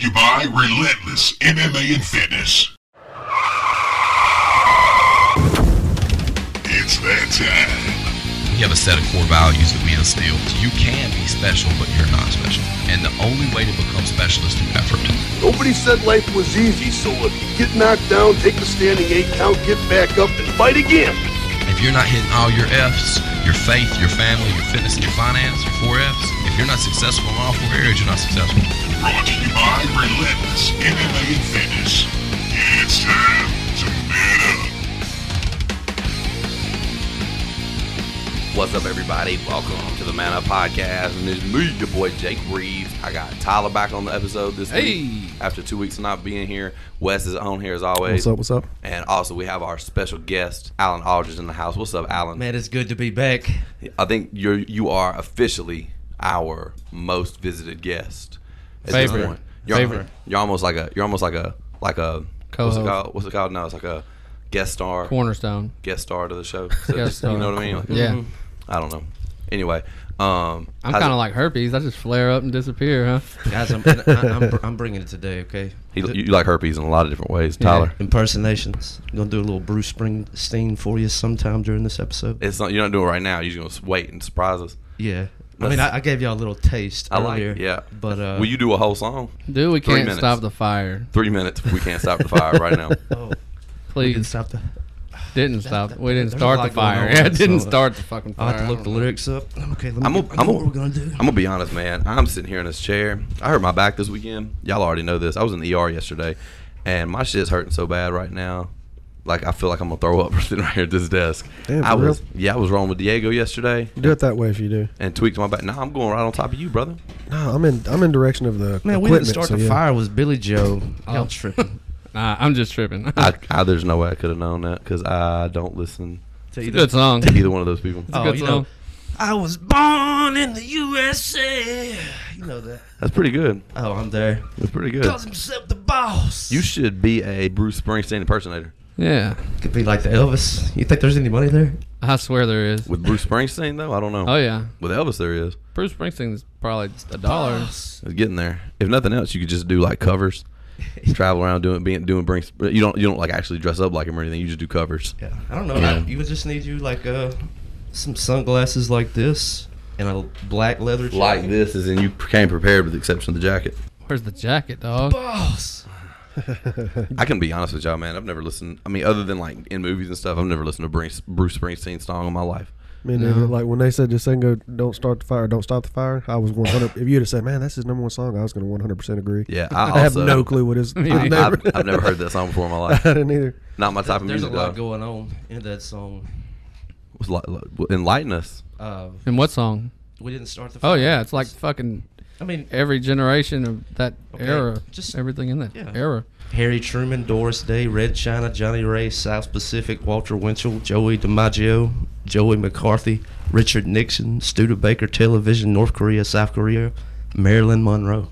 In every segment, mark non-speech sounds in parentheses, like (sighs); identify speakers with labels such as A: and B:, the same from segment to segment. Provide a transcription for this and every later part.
A: you by Relentless MMA and Fitness. It's that time.
B: You have a set of core values that we instill. You can be special, but you're not special. And the only way to become special is through effort.
C: Nobody said life was easy, so if you get knocked down, take the standing eight count, get back up, and fight again.
B: If you're not hitting all your F's, your faith, your family, your fitness, and your finance, your four F's, if you're not successful in all four areas, you're not successful.
A: Brought to you by Relentless MMA and Fitness. It's time to man up.
D: What's up, everybody? Welcome to the Man Up Podcast, and it's me, your boy Jake Reeves. I got Tyler back on the episode this week after two weeks of not being here. Wes is on here as always,
E: What's up? What's up?
D: and also we have our special guest, Alan Aldridge, in the house. What's up, Alan?
F: Man, it's good to be back.
D: I think you're you are officially our most visited guest. At
G: Favorite.
D: You're,
G: Favorite.
D: You're almost like a. You're almost like a like a. What's it
G: Co-host.
D: called? What's it called? No, it's like a guest star.
G: cornerstone.
D: Guest star to the show.
G: (laughs) Guest
D: You
G: star.
D: know what I mean? Like, mm-hmm.
G: Yeah,
D: I don't know. Anyway, um, how's
G: I'm kind
D: it-
G: of like herpes. I just flare up and disappear, huh?
D: (laughs)
F: Guys, I'm, I, I'm, br- I'm bringing it today, okay?
D: He, you like herpes in a lot of different ways, Tyler.
F: Impersonations. I'm going to do a little Bruce Springsteen for you sometime during this episode.
D: It's not, you're not doing it right now. You're just gonna wait and surprise us.
F: Yeah. I mean, I, I gave y'all a little taste
D: I like
F: earlier.
D: it. Yeah.
F: But, uh,
D: Will you do a whole song?
G: Dude, we
D: Three
G: can't
D: minutes.
G: stop the fire.
D: Three minutes. We can't stop the fire right
G: (laughs)
D: now.
F: oh, you can
G: Please,
F: stop the.
G: didn't stop. We didn't
F: There's a
G: start
F: lot going
G: the fire. (laughs)
F: on,
G: Yeah, it didn't
F: so, uh,
G: start the fucking
F: I'll
G: fire.
F: have to look the lyrics up. Okay, let me.
D: I'm a-
F: I
D: I'm
F: know
D: a-
F: what we're going to do.
D: I'm gonna be honest, man. I'm sitting here in this chair. I hurt my back this weekend. Y'all already know this. I was in the ER yesterday, and my shit's hurting so bad right now. Like I feel like I'm gonna throw up (laughs) sitting right here at this desk.
E: Damn,
D: I
E: for real?
D: was yeah, I was rolling with Diego yesterday
E: Do it that way if you do.
D: and tweaked my back. Now I'm going right on top of you, brother.
E: No, I'm in. I'm in direction of the
F: Man,
E: equipment.
F: we didn't start
E: so
F: the
E: yeah.
F: fire.
D: (laughs)
F: Was Billy Joe. Y'all tripping.
G: Nah, I'm just tripping. (laughs)
D: I, I there's no way I could have known that because I don't listen
F: Tell
G: it's
F: you
G: a
F: that. (laughs)
G: good song.
D: to either one of those people.
G: It's a good
F: you
G: song.
F: know, I was born in the USA. You know that.
D: That's pretty good.
F: Oh, I'm there.
D: That's pretty good.
F: Calls himself the boss.
D: You should be a Bruce Springsteen impersonator.
G: Yeah,
F: could be like the Elvis. You think there's any money there?
G: I swear there is.
D: With Bruce Springsteen though, I don't know.
G: Oh yeah,
D: With Elvis, there is.
G: Bruce Springsteen's probably a dollar.
D: It's getting there. If nothing else, you could just do like
E: (laughs)
D: covers, travel around doing being doing brings. You don't you don't like actually dress up like him or anything. You just do covers.
F: Yeah, I don't know.
D: Yeah.
F: I- you would just need you like uh, some sunglasses like this and a black leather jacket.
D: Like this is, and you came prepared with the exception of the jacket.
G: Where's the jacket, dog? (laughs)
F: Boss.
D: I can be honest with y'all, man. I've never listened. I mean, other than like in movies and stuff, I've never listened to Bruce, Bruce Springsteen song in my life.
E: Me neither. Like when they said this thing go, don't start the fire, don't stop the fire. I was 100. if you'd have said, man, that's his number one song, I was going to 100 percent agree.
D: Yeah, I, also,
E: have no clue what his.
G: neither.
E: I've never,
D: I've, I've never heard that song
E: (laughs)
D: before in my
E: I
D: life.
E: didn't either.
D: Not my type of
F: There's a
D: music.
F: lot
D: though.
F: going on in that song.
D: Was like- like- Enlighten us.
F: Uh,
G: And what song?
F: we didn't start the.
G: Oh
F: fire.
G: yeah, it's like fucking
F: I mean,
G: every generation of that
F: Okay,
G: era.
F: just-
G: Just everything in that
F: yeah.
G: era.
F: Harry Truman, Doris Day, Red China, Johnny Ray, South Pacific, Walter Winchell, Joey DiMaggio, Joey McCarthy, Richard Nixon, Studebaker Television, North Korea, South Korea, Marilyn Monroe.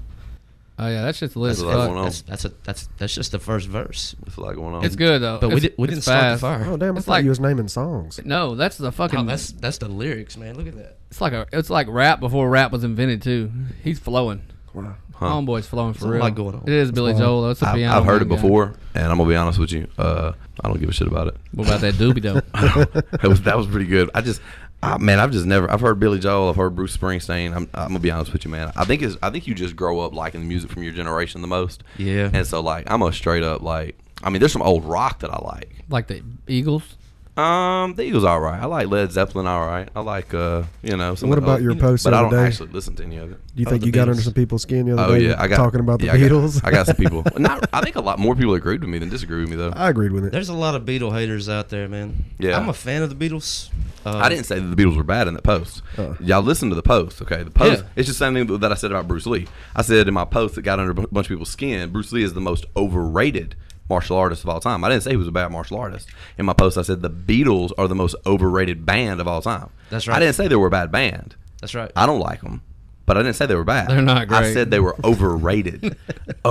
G: Oh yeah, that shit's lit.
D: That's
G: as
D: what I
G: fuck.
D: want
F: That's that's a, that's that's just the first verse.
D: There's a lot going on.
G: It's good though.
F: But we
G: It's-
F: did, we
G: it's
F: didn't
G: fast.
F: start the fire.
E: Oh damn! I
G: It's
E: thought
G: like-
E: you was naming songs.
G: No, that's the fucking.
F: No, that's that's the lyrics, man. Look at that.
G: it's like a. It's like rap before rap was invented too. He's flowing.
E: Wow.
G: Homeboy's flowing for
F: There's a
G: real.
F: lot going on.
G: It is Billy
E: wild.
G: Joel. though. It's a
D: I've,
G: piano.
D: I've heard it
G: man, guy.
D: before, and I'm gonna be honest with you. Uh, I don't give a shit about it.
G: What
C: (laughs)
G: about that doobie though?
D: (laughs) that was that was pretty good. I just, I, man, I've just never. I've heard Billy Joel. I've heard Bruce Springsteen. I'm, I'm gonna be honest with you, man. I think it's. I think you just grow up liking the music from your generation the most.
F: Yeah.
D: And so like, I'm a straight up like. I mean, there's some old rock that I like.
G: like the Eagles.
D: Um, the Eagles, all right. I like Led Zeppelin, all right. I like, uh, you know. Some
E: What
D: of the
E: about
D: old-
E: your post
D: But
E: the
D: I
E: other
D: don't
E: day?
D: actually listen to any of it.
E: Do you
F: Oh,
E: think
F: the
E: you got under
F: Beatles.
E: some people's skin the other
D: Oh
E: day?
D: yeah, I got
E: talking about the
D: yeah, I got-
E: Beatles.
D: I got some people. Not, I think a lot more people agreed with me than disagreed with me though.
E: (laughs) I agreed with it.
F: There's a lot of Beatle haters out there, man.
D: Yeah.
F: I'm a fan of the Beatles. Uh,
D: I didn't say that the Beatles were bad in the post.
E: Uh.
D: Y'all listen to the post, okay? The post.
F: Uh-uh. Yeah.
D: It's just the same thing that I said about Bruce Lee. I said in my post that got under a bu- bunch of people's skin. Bruce Lee is the most overrated martial artist of all time. I didn't say he was a bad martial artist. In my post, I said the Beatles are the most overrated band of all time.
F: That's right.
D: I didn't say they were a bad band.
F: That's right.
D: I don't like them, but I didn't say they were bad.
G: They're not
D: I
G: great.
D: said
G: (laughs)
D: they were overrated.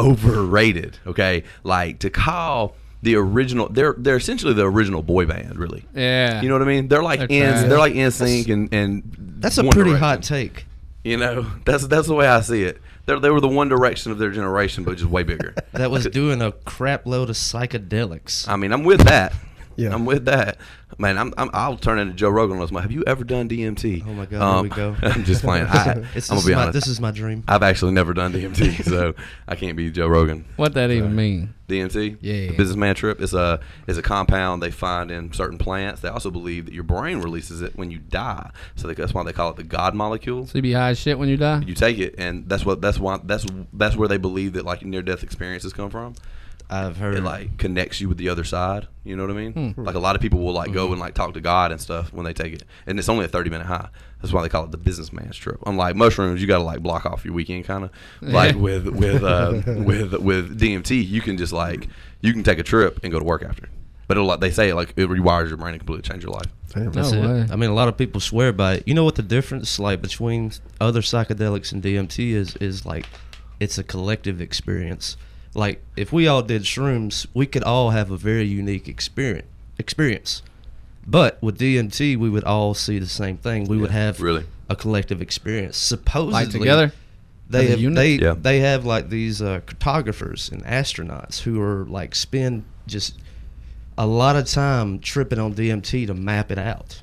D: overrated. Okay, like to call the original. They're they're essentially the original boy band, really.
G: Yeah.
D: You know what I mean? They're like
G: They're
D: in,
G: trash.
D: they're like in sync and and
F: that's a
D: One
F: pretty
D: Direction.
F: hot take.
D: You know, that's that's the way I see it.
C: They're, they were the One Direction of their generation, but just way bigger.
F: That
C: (laughs)
F: was doing a crap load of psychedelics.
C: I mean, I'm with that.
E: Yeah.
C: I'm with that. Man, I'm, I'm I'll turn into Joe Rogan. Unless, have you ever done DMT?
F: Oh my God, here
D: Um, (laughs)
F: we go.
C: I'm just
F: (laughs)
C: playing. I,
F: It's,
C: I'm gonna
F: this,
C: be
F: is my,
C: honest.
F: this is my dream.
C: I've actually never done DMT, so I can't be Joe Rogan.
G: What that even mean?
C: DMT,
G: Yeah.
C: the businessman trip is a is a compound they find in certain plants. They also believe that your brain releases it when you die, so they, that's why they call it the God molecule.
G: So you be high as shit when you die?
C: You take it, and that's what that's why that's that's where they believe that like near death experiences come from.
F: I've heard
C: It like connects you with the other side. You know what I mean? Like a lot of people will like go and like talk to God and stuff when they take it, and it's only a thirty minute high. That's why they call it the businessman's trip. Unlike mushrooms, you got to like block off your weekend, kind of like with with uh, with with DMT. You can just like you can take a trip and go to work after. But it'll, like they say, like it rewires your brain and completely change your life.
E: Damn.
G: No
F: That's it.
G: way.
F: I mean, a lot of people swear by it. You know what the difference like between other psychedelics and DMT is? Is like it's a collective experience. Like if we all did shrooms, we could all have a very unique experience. Experience, but with DMT, we would all see the same thing. We would have
C: really.
F: a collective experience. Supposedly,
G: Like together?
F: they
G: As a
F: have,
G: unit?
F: they
C: Yeah.
F: they have like these uh, cartographers and astronauts who are like spend just a lot of time tripping on DMT to map it out.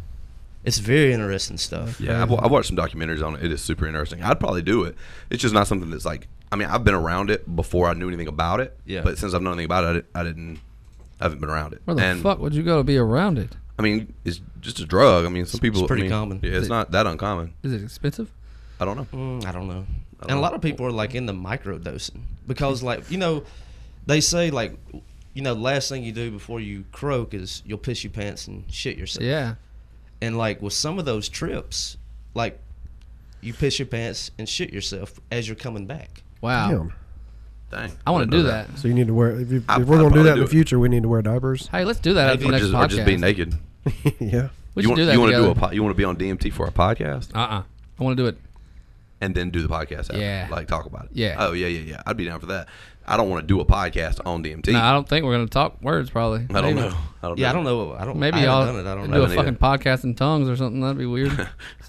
F: It's very interesting stuff.
C: Yeah, I've, wa- I've watched some documentaries on it. It is super interesting. I'd probably do it. It's just not something that's like. I mean, I've been around it before I knew anything about it.
F: Yeah.
C: But since I've known anything about it, I, di- I didn't. I haven't been around it.
G: Where the
C: and,
G: fuck would you go to be around it?
C: I mean, it's just a drug. I mean, some people. I
F: pretty
C: mean,
F: common.
C: Yeah, it's
F: It-
C: not that uncommon.
G: Is it expensive?
C: I don't know.
G: Hmm,
F: Mm, I don't know. And a lot of people are like in the microdosing because, like, you know, they say like, you know, last thing you do before you croak is you'll piss your pants and shit yourself.
G: Yeah.
F: And like with some of those trips, like you piss your pants and shit yourself as you're coming back.
G: Wow.
E: Damn.
C: Dang.
G: I want
C: didn't
G: to
C: know
G: do that.
E: So you need to wear. If, you,
C: I-
E: if we're
C: I'd
E: gonna
C: probably
E: do that in
C: do
E: the
C: it.
E: future, we need to wear diapers. (laughs)
G: Hey, let's do that after the
C: Or
G: next
C: just, or
G: podcast.
C: just be naked.
E: yeah.
G: We
C: you
G: should
C: want,
G: do that.
C: you want to do a
G: together.
C: po- you want to be on DMT for a podcast
G: Uh-uh. I want to do it.
C: and then do the podcast. After,
G: Yeah.
C: Like talk about it.
G: Yeah.
C: Oh yeah yeah yeah. I'd be down for that. I don't want to do a podcast on DMT.
G: No, I don't think we're gonna talk words. Probably.
C: I don't
G: Maybe.
C: know. I don't
F: Yeah,
C: know.
F: I don't know. I don't.
G: Maybe
F: I
G: I'll
F: haven't done it. I don't
G: do
F: know.
G: a
C: know.
G: fucking podcast in tongues or something. That'd
C: (laughs)
G: be weird.
C: I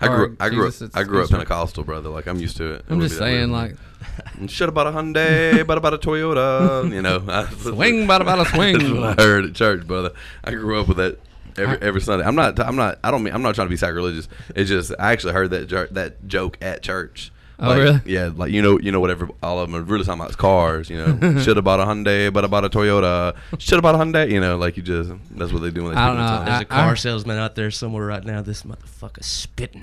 G: Sorry,
C: grew, I grew
G: Jesus,
C: up.
G: it's-
C: I grew up
G: it's-
C: Pentecostal, brother. Like I'm used to it. It
G: I'm
C: would
G: just
C: be that weird.
G: saying, like,
C: shit about a Hyundai, but about a
G: (laughs)
C: Toyota. You know, (laughs)
G: Swing, bada, bada, swing.
C: That's what I heard at church, brother. I grew up with that every
G: I-
C: every Sunday. I'm not. I'm not. I don't mean. I'm not trying to be sacrilegious. It's just I actually heard that jer- that joke at church.
G: Oh,
C: Like,
G: really?
C: Yeah, like you know, you know whatever. All of them are really talking about is cars. You
G: (laughs)
C: know, shit about a Hyundai, but about a Toyota. Shit about a Hyundai. You know, like you just that's what they do when they
G: I don't
C: speak in tongues.
G: know.
F: There's a
G: uh, I-
F: car
G: I-
F: salesman out there somewhere right now. This motherfucker's
G: (laughs)
F: spitting.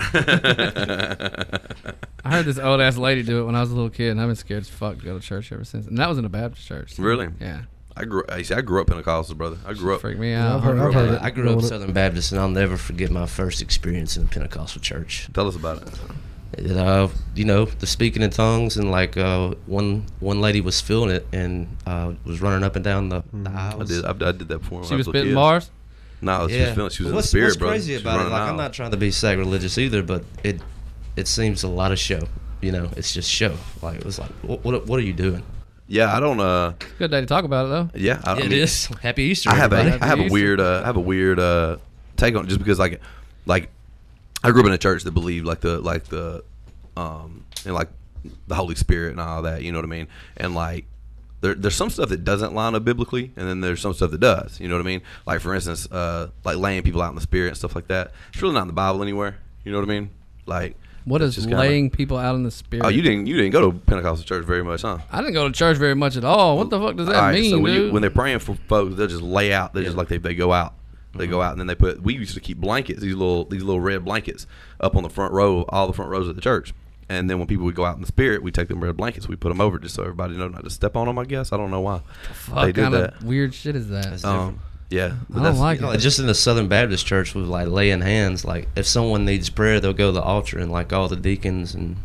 G: I heard this old ass lady do it when I was a little kid, and I've been scared as fuck to go to church ever since. And that was in a Baptist church.
C: Really?
G: Yeah.
C: I grew. I see. I grew up Pentecostal, brother. I grew up.
G: Freak me
E: Yeah,
G: out.
E: I've heard. I've heard it.
F: I grew up
E: Doing it.
F: Southern Baptist, and I'll never forget my first experience in the Pentecostal church.
C: Tell us about it.
F: And, uh, you know, the speaking in tongues, and like uh, one one lady was feeling it and uh, was running up and down the, the
C: Mm-hmm. I
F: aisles.
C: did. I, I did that for.
G: She was spitting
C: kid.
G: bars.
C: No, she was feeling. She was in the
F: what's,
C: spirit,
F: what's
C: bro.
F: crazy
C: She was
F: about it?
C: running
F: Like,
C: out.
F: I'm not trying to be sacrilegious either, but it it seems a lot of show. You know, it's just show. Like it was like, what what, what are you doing?
C: Yeah, I don't. Uh,
G: Good day to talk about it though.
C: yeah, I,
F: Yeah,
C: I
F: it
C: mean,
F: is. Happy Easter.
C: I have
F: everybody.
C: a, I have a
G: Easter.
C: weird, uh, I have a weird uh, take on it just because like, like, I grew up in a church that believed like the like the, um, and like the Holy Spirit and all that. You know what I mean? And like. There, there's some stuff that doesn't line up biblically, and then there's some stuff that does. You know what I mean? Like for instance, uh, like laying people out in the spirit and stuff like that. It's really not in the Bible anywhere. You know what I mean? Like
G: What
C: it's
G: is
C: just kinda-
G: laying people out in the spirit?
C: Oh, you didn't you didn't go to Pentecostal church very much, huh?
G: I didn't go to church very much at all. What the fuck does that
C: All right,
G: mean,
C: so when,
G: dude?
C: You, when they're praying for folks, they'll just lay out. They just like they, they go out. They go out and then they put. We used to keep blankets, these little these little red blankets, up on the front row, all the front rows of the church. And then when people would go out in the spirit, we take them red blankets, we put them over just so everybody know not to step on them. I guess I don't know why
G: fuck
C: they do
G: kind
C: that.
G: of weird shit is that?
F: That's different.
C: Um, yeah, but
G: I don't
C: that's-
G: like
F: You know,
G: it.
F: like, just in the Southern Baptist Church, with like laying hands, like if someone needs prayer, they'll go to the altar, and like all the deacons and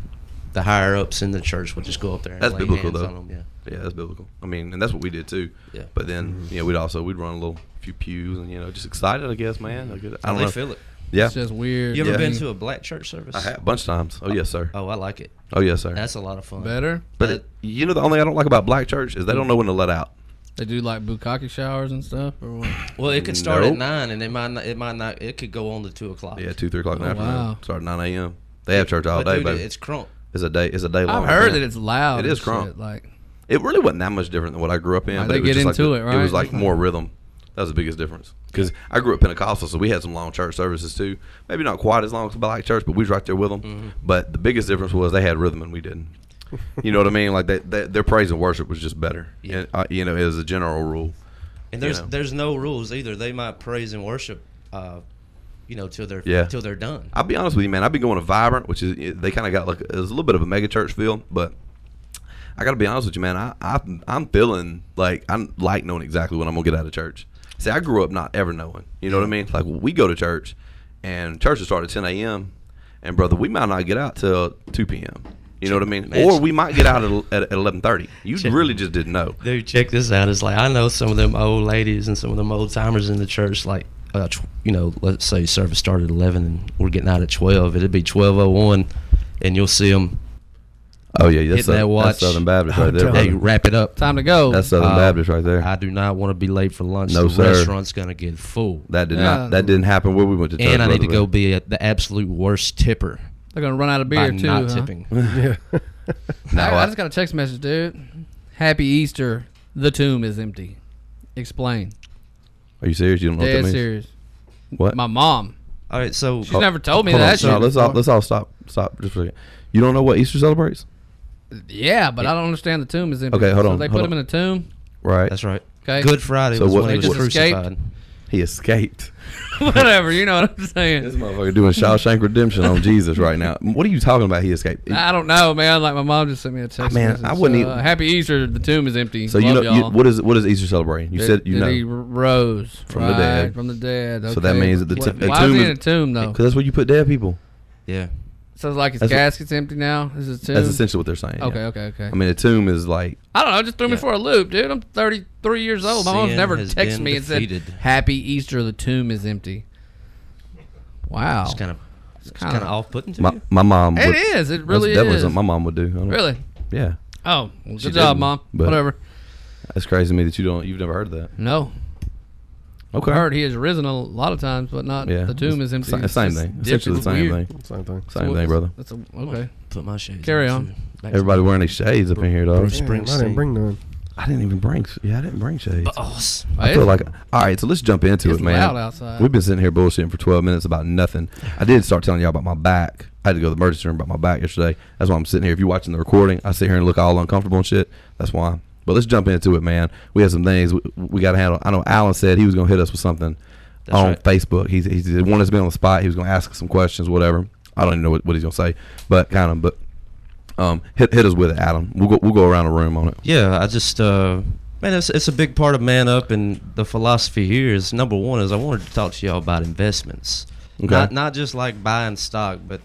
F: the higher ups in the church will just go up there. And
C: That's
F: lay
C: biblical,
F: hands
C: though.
F: On them. Yeah.
C: Yeah, that's biblical. I mean, and that's what we did too.
F: Yeah.
C: But then
G: Mm-hmm.
C: you know we'd also we'd run a little few pews and you know just excited I guess man. I, guess, I don't
F: they
C: know.
F: feel it.
C: Yeah.
G: It's just weird.
F: You ever
C: Yeah.
F: been to a black church service?
C: I had a bunch of times. Oh yes, sir.
F: Oh, I like it.
C: Oh yes, sir.
F: That's a lot of fun.
G: better?
C: But it, you know the only thing I don't like about black church
G: Mm.
C: is they don't know when to let out.
G: They do like bukkake showers and stuff, or what?
F: Well, it could start
C: Nope.
F: at nine, and it might not, it might not it could go on to two o'clock.
C: Yeah, two, three o'clock in the
G: Oh,
C: afternoon.
G: wow.
C: Start at nine a.m. They have church all
F: But
C: day,
F: dude,
C: baby.
F: it's crunk.
C: is a day is a day long.
G: I've heard
C: event.
G: that it's loud.
C: It is
G: and
C: crunk.
G: shit, Like
C: It really wasn't that much different than what I grew up in.
G: Like,
C: but
G: they
C: it was
G: get
C: just
G: into
C: like,
G: it,
C: the- It was
G: right?
C: like more rhythm. That was the biggest difference. Because I grew up Pentecostal, so we had some long church services too. Maybe not quite as long as Black Church, but we was right there with them. But the biggest difference was they had rhythm and we didn't. You know what I mean? Like they, they, their praise and worship was just better.
F: Yeah.
C: And, uh, you know, as a general rule.
F: And there's
C: know.
F: there's no rules either. They might praise and worship, uh, you know, till they're
C: Yeah.
F: till they're done.
C: I'll be honest with you, man. I've been going to Vibrant, which is they kind of got like it was a little bit of a mega church feel, but I got to be honest with you, man. I, I I'm feeling like I'm like knowing exactly what I'm gonna get out of church. See, I grew up not ever knowing. You know what I mean? Like we go to church, and church will start at 10 a.m. And brother, we might not get out till 2 p.m. You know what I mean?
F: Man,
C: Or we might get out at, at 11:30. You
F: Check.
C: really just didn't know.
F: Dude, check this out. It's like I know some of them old ladies and some of them old timers in the church. Like, uh, tw- you know, let's say service started at eleven and we're getting out at twelve. It'd be twelve oh one, and you'll see them.
C: Oh yeah, that's,
F: Hit that
C: Southern,
F: watch.
C: that's Southern Baptist right there.
G: Uh-huh.
F: Hey,
C: Brother.
F: wrap it up.
G: time to go.
C: That's Southern
F: Uh,
C: Baptist right there.
F: I do not want to be late for lunch.
C: No,
F: the
C: sir.
F: restaurant's gonna get full,
C: that did
G: Yeah.
C: not. That didn't happen where we went to church.
F: and I need to
C: brother.
F: go be a, the absolute worst tipper
G: They're gonna run out of beer
F: by
G: too.
F: not
G: huh?
F: tipping.
E: Yeah.
G: I,
C: No,
G: I
C: I-
G: just got a text message, dude. Happy Easter. The tomb is empty. Explain.
C: Are you serious? You don't know what
G: Dead
C: that means?
G: serious.
C: What? Oh,
G: My mom.
F: All right, so
G: She's never told me
C: Hold on,
G: that.
C: no,
G: shit
C: let's all
G: before.
C: let's all stop stop just for a second. You don't know what Easter celebrates,
G: Yeah, but I don't understand the tomb is empty.
C: Okay, hold
G: So
C: on,
G: they
C: hold
G: put him
C: on.
G: in a tomb. (laughs)
C: right?
F: that's right.
G: Okay.
F: Good Friday
C: So
F: was
C: what-
F: when he
C: They
F: was
G: just escaped?
F: crucified.
C: He escaped.
G: Whatever. You know what I'm
C: This
G: saying.
C: motherfucker doing Shawshank Redemption on Jesus right now. What are you talking about? He escaped.
G: I don't know, man. Like my mom just sent me a text.
C: Man,
G: message.
C: I wouldn't
G: Uh,
C: even-
G: Happy Easter. The tomb is empty.
C: so you know
G: Love
C: you,
G: y'all.
C: what is what is Easter celebrating? You
G: That-
C: said you
G: that he
C: know
G: r- rose
C: From the dead.
G: From the dead.
C: So that
G: okay.
C: means that the
G: Why-
C: tomb- the
G: Why is
C: tomb
G: he
C: is-
G: in a tomb though?
C: because that's where you put dead people.
F: Yeah.
G: So it's like his
C: that's what-
G: casket's empty now. Is it tomb?
C: That's essentially what they're saying. yeah.
G: Okay, okay, okay.
C: I mean, a tomb is like
G: I don't know. It just threw me
F: Yeah.
G: for a loop, dude. I'm 33 years old. My mom's
F: Sin
G: never
F: has
G: texted
F: been
G: me and
F: defeated.
G: said, "Happy Easter. The tomb is empty." Wow,
F: It's kind of it's
G: kinda-
F: kind of off putting to
C: my,
F: you.
C: my mom.
G: It
C: would,
G: is. It
C: that's
G: really
C: definitely
G: is.
C: something my mom would do. I don't-
G: really.
C: Yeah,
G: Oh, well, good
C: She
G: job,
C: didn't,
G: mom.
C: but-
G: Whatever.
C: that's crazy to me that you don't. You've never heard of that.
G: No,
C: Okay.
G: I heard he has risen a lot of times, but not
C: Yeah.
G: the tomb is empty.
C: Same,
G: It's
C: same
G: just
C: thing.
G: different.
C: Essentially the
G: It's
C: same
G: weird.
C: thing.
E: Same thing.
C: Same
G: Well,
C: thing, brother.
G: That's a, okay.
F: Put my shades.
G: Carry
F: too.
G: on.
F: Back to-
C: Everybody wearing these shades up in here, dog.
F: Bruce
E: Damn, I didn't
F: Springsteen.
E: bring none.
C: I didn't even bring. Yeah, I didn't bring shades.
F: Boss.
C: I feel like all right, so let's jump into
G: It's
C: it, man.
G: loud outside.
C: We've been sitting here bullshitting for twelve minutes about nothing. I did start telling y'all about my back. I had to go to the emergency room about my back yesterday. That's why I'm sitting here. If you're watching the recording, I sit here and look all uncomfortable and shit. That's why. But let's jump into it, man. We have some things we, we got to handle. I know Alan said he was gonna hit us with something
F: That's
C: on
F: right.
C: Facebook. He's he's the one that's been on the spot. He was gonna ask us some questions, whatever. I don't even know what, what he's gonna say, but kind of. But um, hit hit us with it, Adam. We'll go we'll go around the room on it.
F: Yeah, I just uh, man, it's, it's a big part of man up, and the philosophy here is number one is I wanted to talk to y'all about investments,
C: Okay.
F: not not just like buying stock, but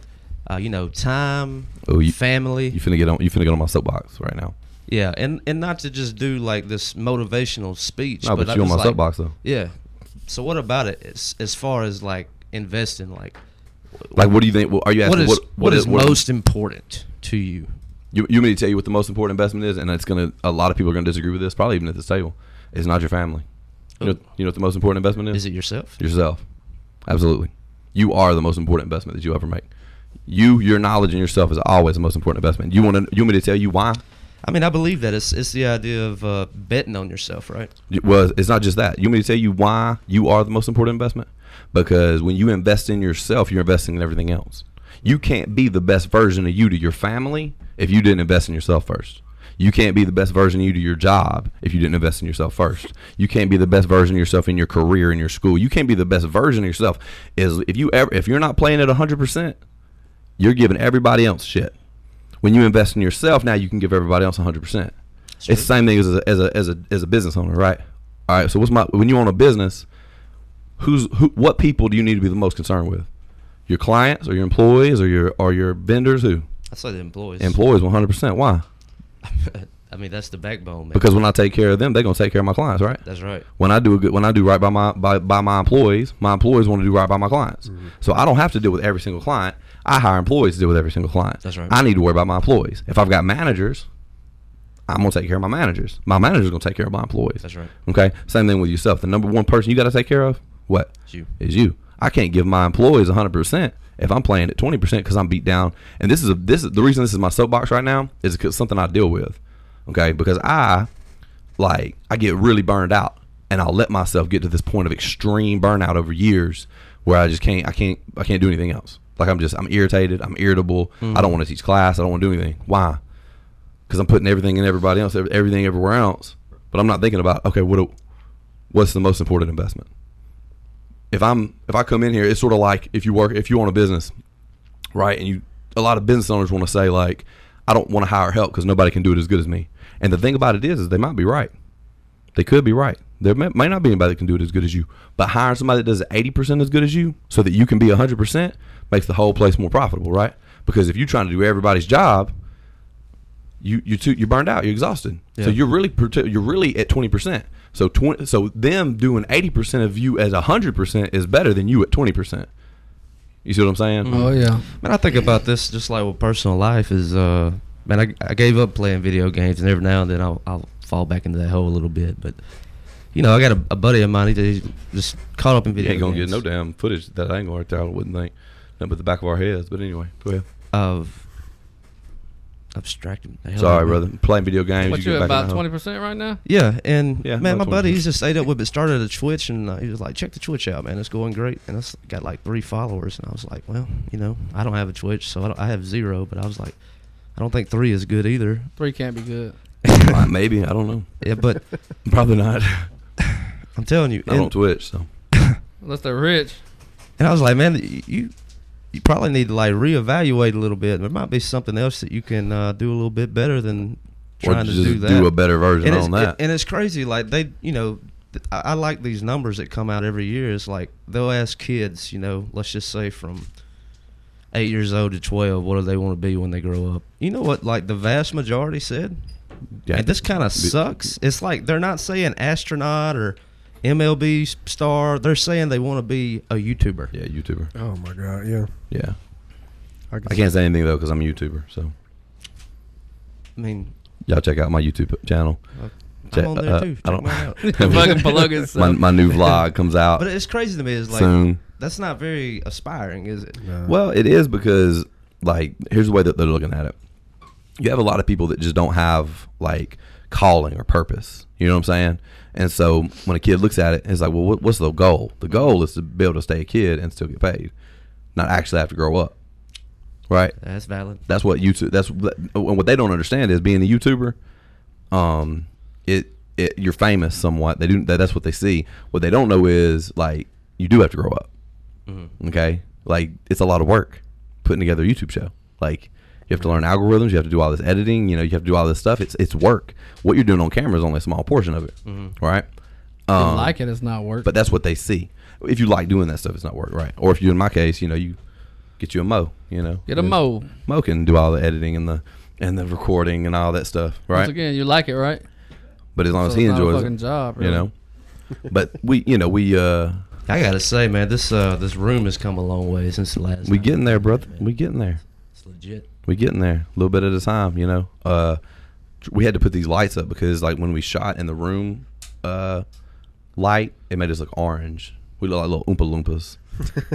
F: uh, you know, time,
C: Oh, you-
F: family,
C: You finna get on you finna get on my soapbox right now.
F: yeah, and and not to just do like this motivational speech.
C: No, but,
F: I
C: you on my
F: just like-
C: soapbox though.
F: Yeah. So what about it? As, as far as like investing, like
C: Like, what do you think? Well, are you
F: what
C: asking
F: is
C: what
F: what is most important to you?
C: You, you mean to tell you what the most important investment is, and it's gonna. A lot of people are gonna disagree with this, probably even at this table. It's not your family. You know, you know what the most important investment is?
F: Is it yourself?
C: yourself? Absolutely. You are the most important investment that you ever make. You, your knowledge, and yourself is always the most important investment. You want to? You want me to tell you why?
F: I mean, I believe that it's it's the idea of uh, betting on yourself, right?
C: It was it's not just that. You want me to tell you why you are the most important investment? Because when you invest in yourself, you're investing in everything else. You can't be the best version of you to your family if you didn't invest in yourself first. You can't be the best version of you to your job if you didn't invest in yourself first. You can't be the best version of yourself in your career in your school. You can't be the best version of yourself is if you ever if you're not playing at 100%, you're giving everybody else shit. When you invest in yourself, now you can give everybody else 100%. It's the same thing as a, as a as a as a business owner, right? All right. So what's my when you own a business, who's who? What people do you need to be the most concerned with? Your clients or your employees or your or your vendors? Who
F: I say the employees.
C: employees? One hundred percent. Why?
F: I mean, that's the backbone, man.
C: Because when I take care of them, they're gonna take care of my clients, right?
F: that's right.
C: When I do a good, when I do right by my by, by my employees, my employees want to do right by my clients.
F: Mm-hmm.
C: So I don't have to deal with every single client. I hire employees to deal with every single client.
F: That's right.
C: I need to worry about my employees. If I've got managers, I'm gonna take care of my managers. My manager's gonna take care of my employees.
F: That's right.
C: Okay. Same thing with yourself. The number one person you got to take care of, what
F: It's you.
C: is you. I can't give my employees 100% if I'm playing at 20% because I'm beat down. And this is a, this is the reason this is my soapbox right now is because something I deal with. Okay, because I like I get really burned out and I'll let myself get to this point of extreme burnout over years where I just can't I can't I can't do anything else. Like I'm just I'm irritated, I'm irritable. I don't want to teach class, I don't want to do anything. Why? Cuz I'm putting everything in everybody else, ev- everything everywhere else, but I'm not thinking about okay, what do, what's the most important investment? If I'm if I come in here, it's sort of like if you work if you own a business, right? And you a lot of business owners want to say like I don't want to hire help cuz nobody can do it as good as me. And the thing about it is is they might be right. They could be right. There may, may not be anybody that can do it as good as you, but hiring somebody that does it 80% as good as you so that you can be 100% makes the whole place more profitable, right? Because if you're trying to do everybody's job, you you too you're burned out, you're exhausted. So
F: Yeah.
C: you're really prote- you're really at 20%. So 20 so them doing 80% of you as 100% is better than you at 20%. You see what I'm saying?
G: Oh yeah.
F: Man, I think about this just like with personal life is, uh, man, I, I gave up playing video games, and every now and then I'll, I'll fall back into that hole a little bit. But, you know, I got a, a buddy of mine, he he just caught up in
C: You
F: video
C: ain't going to get
F: games.
C: no damn footage at that angle right there, I wouldn't think. Nothing but the back of our heads, but anyway, go ahead.
F: Of abstracting. the hell out
C: Sorry,
F: of me.
C: brother. Playing video games,
G: What
C: you
G: you
C: get back in
G: at about
C: the hole.
G: twenty percent right now?
F: Yeah, and
C: Yeah,
F: man, my
C: about
F: buddy,
C: 20.
F: he's just ate up with it. Started a Twitch, and uh, he was like, "Check the Twitch out, man. It's going great." And I s- got like three followers, and I was like, "Well, you know, I don't have a Twitch, so I, don't, I have zero. But I was like, I don't think three is good either.
G: Three can't be good.
C: (laughs) Uh, Maybe I don't know.
F: Yeah, but
C: Probably not.
F: I'm telling you,
C: (laughs) Not on
F: and,
C: Twitch, so
G: Unless they're rich.
C: (laughs)
F: and I was like, man, y- you you probably need to like reevaluate a little bit. There might be something else that you can uh, do a little bit better than trying to do that.
C: a better version
F: and it's,
C: on that.
F: and it's crazy. Like they, you know, th- I, I like these numbers that come out every year. It's like they'll ask kids, you know, let's just say from eight years old to twelve, what do they want to be when they grow up? You know what? Like the vast majority said,
C: yeah,
F: and this kind of sucks. It's like they're not saying astronaut or MLB star. They're saying they want to be a YouTuber.
C: yeah, YouTuber.
E: Oh my god, yeah.
C: Yeah,
E: I can
C: I can't say anything though because I'm a YouTuber. So
F: I mean,
C: y'all check out my YouTube channel. Check-
F: I'm on there
C: uh,
F: too.
C: I
F: Check
C: (laughs)
F: mine out.
C: don't.
G: Fucking plug uh, it,
C: (laughs)
G: so-
C: my, my new vlog comes
F: (laughs)
C: out.
F: But it's crazy to me. It's like
C: Soon.
F: that's not very aspiring, is it?
C: Well, it is because like here's the way that they're looking at it. You have a lot of people that just don't have like calling or purpose. You know what I'm saying? And so when a kid looks at it, it's like, well, what, what's the goal? The goal is to be able to stay a kid and still get paid, not actually have to grow up, right?
F: That's valid.
C: That's what YouTube. That's what- and what they don't understand is being a YouTuber. Um, it, it you're famous somewhat. They do that, that's what they see. What they don't know is like you do have to grow up.
G: Mm-hmm.
C: Okay, like it's a lot of work putting together a YouTube show. Like you have to learn algorithms. You have to do all this editing. You know, you have to do all this stuff. It's it's work. What you're doing on camera is only a small portion of it.
G: Mm-hmm.
C: Right.
G: If you
C: Um,
G: like it, it's not work.
C: but that's what they see. If you like doing that stuff, it's not work, right? Or if you, in my case, you know, you get you a mo, you know,
G: Get a
C: And
G: mo.
C: Mo can do all the editing and the and the recording and all that stuff,
G: Once
C: right?
G: again, you like it, right?
C: But as long
G: So
C: as he
G: it's not a
C: enjoys
G: fucking
C: it,
G: job,
C: you
G: really.
C: know. But we, you know, we uh
F: I gotta say, man, this uh, this room has come a long way since the last.
C: we
F: time.
C: getting there, brother. We getting there.
F: It's legit.
C: we getting there a little bit at a time you know uh tr- we had to put these lights up because like when we shot in the room uh light it made us look orange we look like little oompa loompas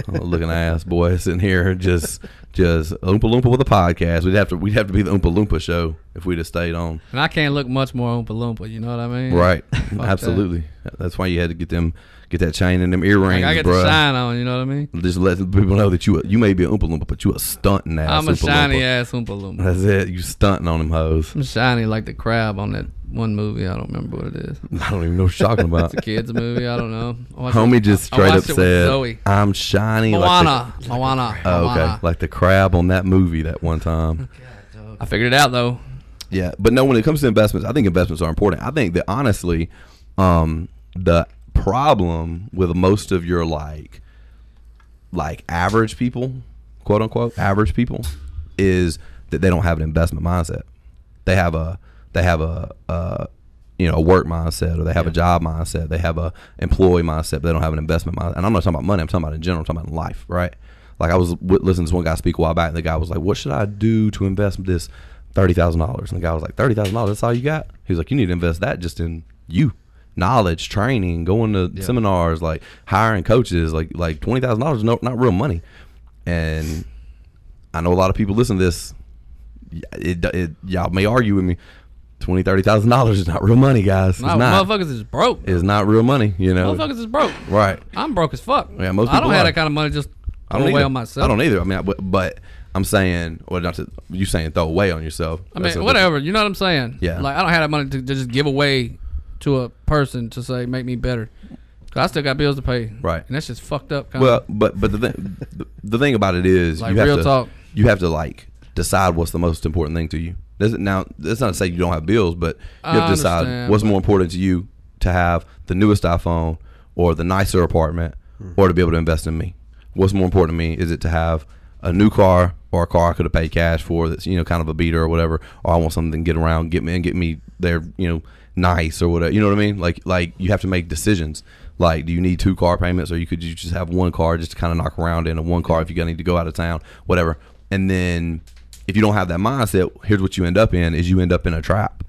C: Uh, looking ass boy (laughs) sitting here just just oompa loompa with a podcast we'd have to we'd have to be the oompa loompa show if we'd have stayed on
G: And I can't look much more on Palumpa, you know what I mean? (laughs)
C: right
G: that.
C: absolutely that's why you had to get them get that chain and them earrings
G: Like I get
C: bruh.
G: the shine on, you know what I mean?
C: just let people know that you a- you may be an oompa loompa but you a stunting ass
G: I'm a
C: Oompa
G: shiny
C: Loompa.
G: ass Oompa Loompa.
C: that's it you stunting on them hoes (laughs)
G: I'm shiny like the crab on that one movie. I don't remember what
C: (laughs)
G: it is.
C: I don't even know what you're talking about.
G: (laughs) It's a kids movie. I don't know. I watched
C: Homie
G: it-
C: just
G: I
C: straight up
G: watched it with
C: said,
G: Zoe.
C: "I'm shiny."
G: Moana.
C: Like the,
G: Moana.
C: Oh, okay,
G: Moana.
C: like the crab on that movie that one time.
G: I figured it out though.
C: yeah, but no. When it comes to investments, I think investments are important. I think that honestly, um, the problem with most of your like, like average people, quote unquote, average people, is that they don't have an investment mindset. They have a they have a, a you know a work mindset or they have a job mindset. They have a employee mindset. But they don't have an investment mindset. And I'm not talking about money. I'm talking about in general. I'm talking about in life, right? Like I was w- listening to this one guy speak a while back, and the guy was like, "What should I do to invest this thirty thousand dollars?" And the guy was like, 30000 dollars. That's all you got?" He was like, "You need to invest that just in you." Knowledge, training, going to seminars, like hiring coaches, like like twenty thousand dollars, no, not real money and I know a lot of people listen to this. y- It, it, y'all may argue with me. Twenty, thirty thousand dollars is not real money, guys. It's
G: Nah,
C: not.
G: motherfuckers is broke.
C: It's not real money, you know.
G: Motherfuckers is broke.
C: Right.
G: I'm broke as fuck.
C: Yeah, most
G: I don't
C: people
G: have
C: are.
G: that kind of money just
C: I
G: throw
C: don't
G: away
C: either.
G: on myself.
C: I don't either. I mean, I, but, but I'm saying, well, not to you saying throw away on yourself.
G: I
C: That's a
G: mean,
C: different-
G: whatever. You know what I'm saying?
C: Yeah.
G: Like I don't have that money to, to just give away to a person to say make me better. 'Cause I still got bills to pay.
C: Right.
G: And that's just fucked up. Kind
C: Well,
G: of.
C: but but the thing the, the thing about it is
G: Like,
C: you have
G: real
C: to
G: talk.
C: you have to like decide what's the most important thing to you. Doesn't now that's not to say you don't have bills, but you have
G: I
C: to decide
G: understand,
C: what's
G: but-
C: more important to you to have the newest iPhone or the nicer apartment or to be able to invest in me. What's more important to me is it to have a new car or a car I could have paid cash for that's you know kind of a beater or whatever, or I want something to get around, get me and get me there, you know, nice or whatever. You know what I mean? Like like you have to make decisions. Like, do you need two car payments, or you could you just have one car just to kind of knock around in, and one car if you need to go out of town, whatever. And then if you don't have that mindset, here's what you end up in: is you end up in a trap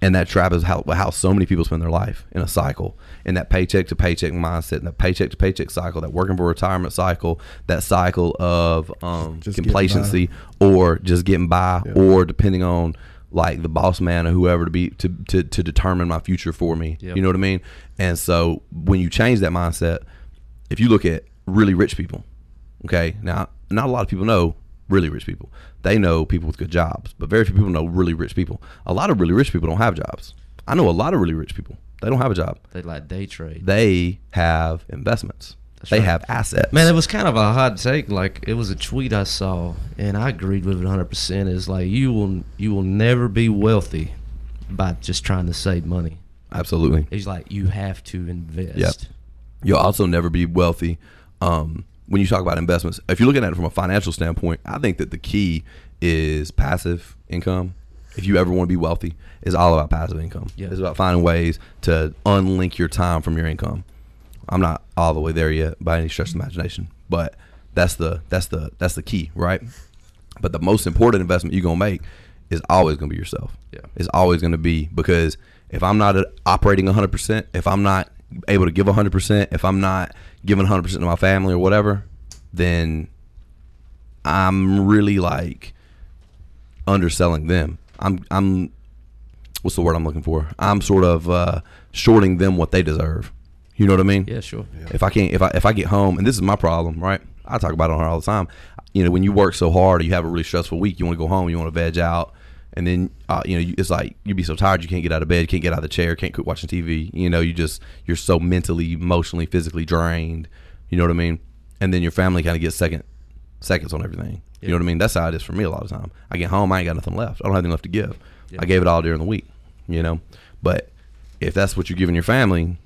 C: and that trap is how how so many people spend their life in a cycle in that paycheck to paycheck mindset and that paycheck to paycheck cycle that working for retirement cycle that cycle of um,
E: Just getting by.
C: complacency or just getting by or depending on like the boss man or whoever to be to to, to determine my future for me
F: Yep.
C: you know what i mean and so when you change that mindset if you look at really rich people okay now not a lot of people know really rich people they know people with good jobs but very few people know really rich people a lot of really rich people don't have jobs i know a lot of really rich people they don't have a job
F: They like day trade.
C: they have investments they
F: right.
C: have assets
F: Man, it was kind of a hot take. Like it was a tweet I saw, and I agreed with it 100. percent Is like you will you will never be wealthy by just trying to save money.
C: absolutely
F: It's like you have to invest.
C: you'll also never be wealthy um, when you talk about investments. If you're looking at it from a financial standpoint, I think that the key is passive income. If you ever want to be wealthy, it's all about passive income.
F: Yeah.
C: It's about finding ways to unlink your time from your income. I'm not all the way there yet by any stretch of the imagination, but that's the that's the that's the key, right? But the most important investment you're gonna make is always gonna be yourself.
F: Yeah.
C: It's always gonna be because if I'm not uh, operating 100, percent if I'm not able to give 100, percent if I'm not giving 100 percent to my family or whatever, then I'm really like underselling them. I'm I'm what's the word I'm looking for? I'm sort of uh, shorting them what they deserve. You know what I mean?
F: Yeah, sure.
C: If I can't, if I if I get home, and this is my problem, right? I talk about it on her all the time. You know, when you work so hard or you have a really stressful week, you want to go home, you want to veg out, and then uh, you know you, it's like you'd be so tired you can't get out of bed, you can't get out of the chair, can't quit watching TV. You know, you just you're so mentally, emotionally, physically drained. You know what I mean? And then your family kind of gets second seconds on everything. You know what I mean? That's how it is for me a lot of time. I get home, I ain't got nothing left. I don't have anything left to give. I gave it all during the week. You know, but if that's what you're giving your family,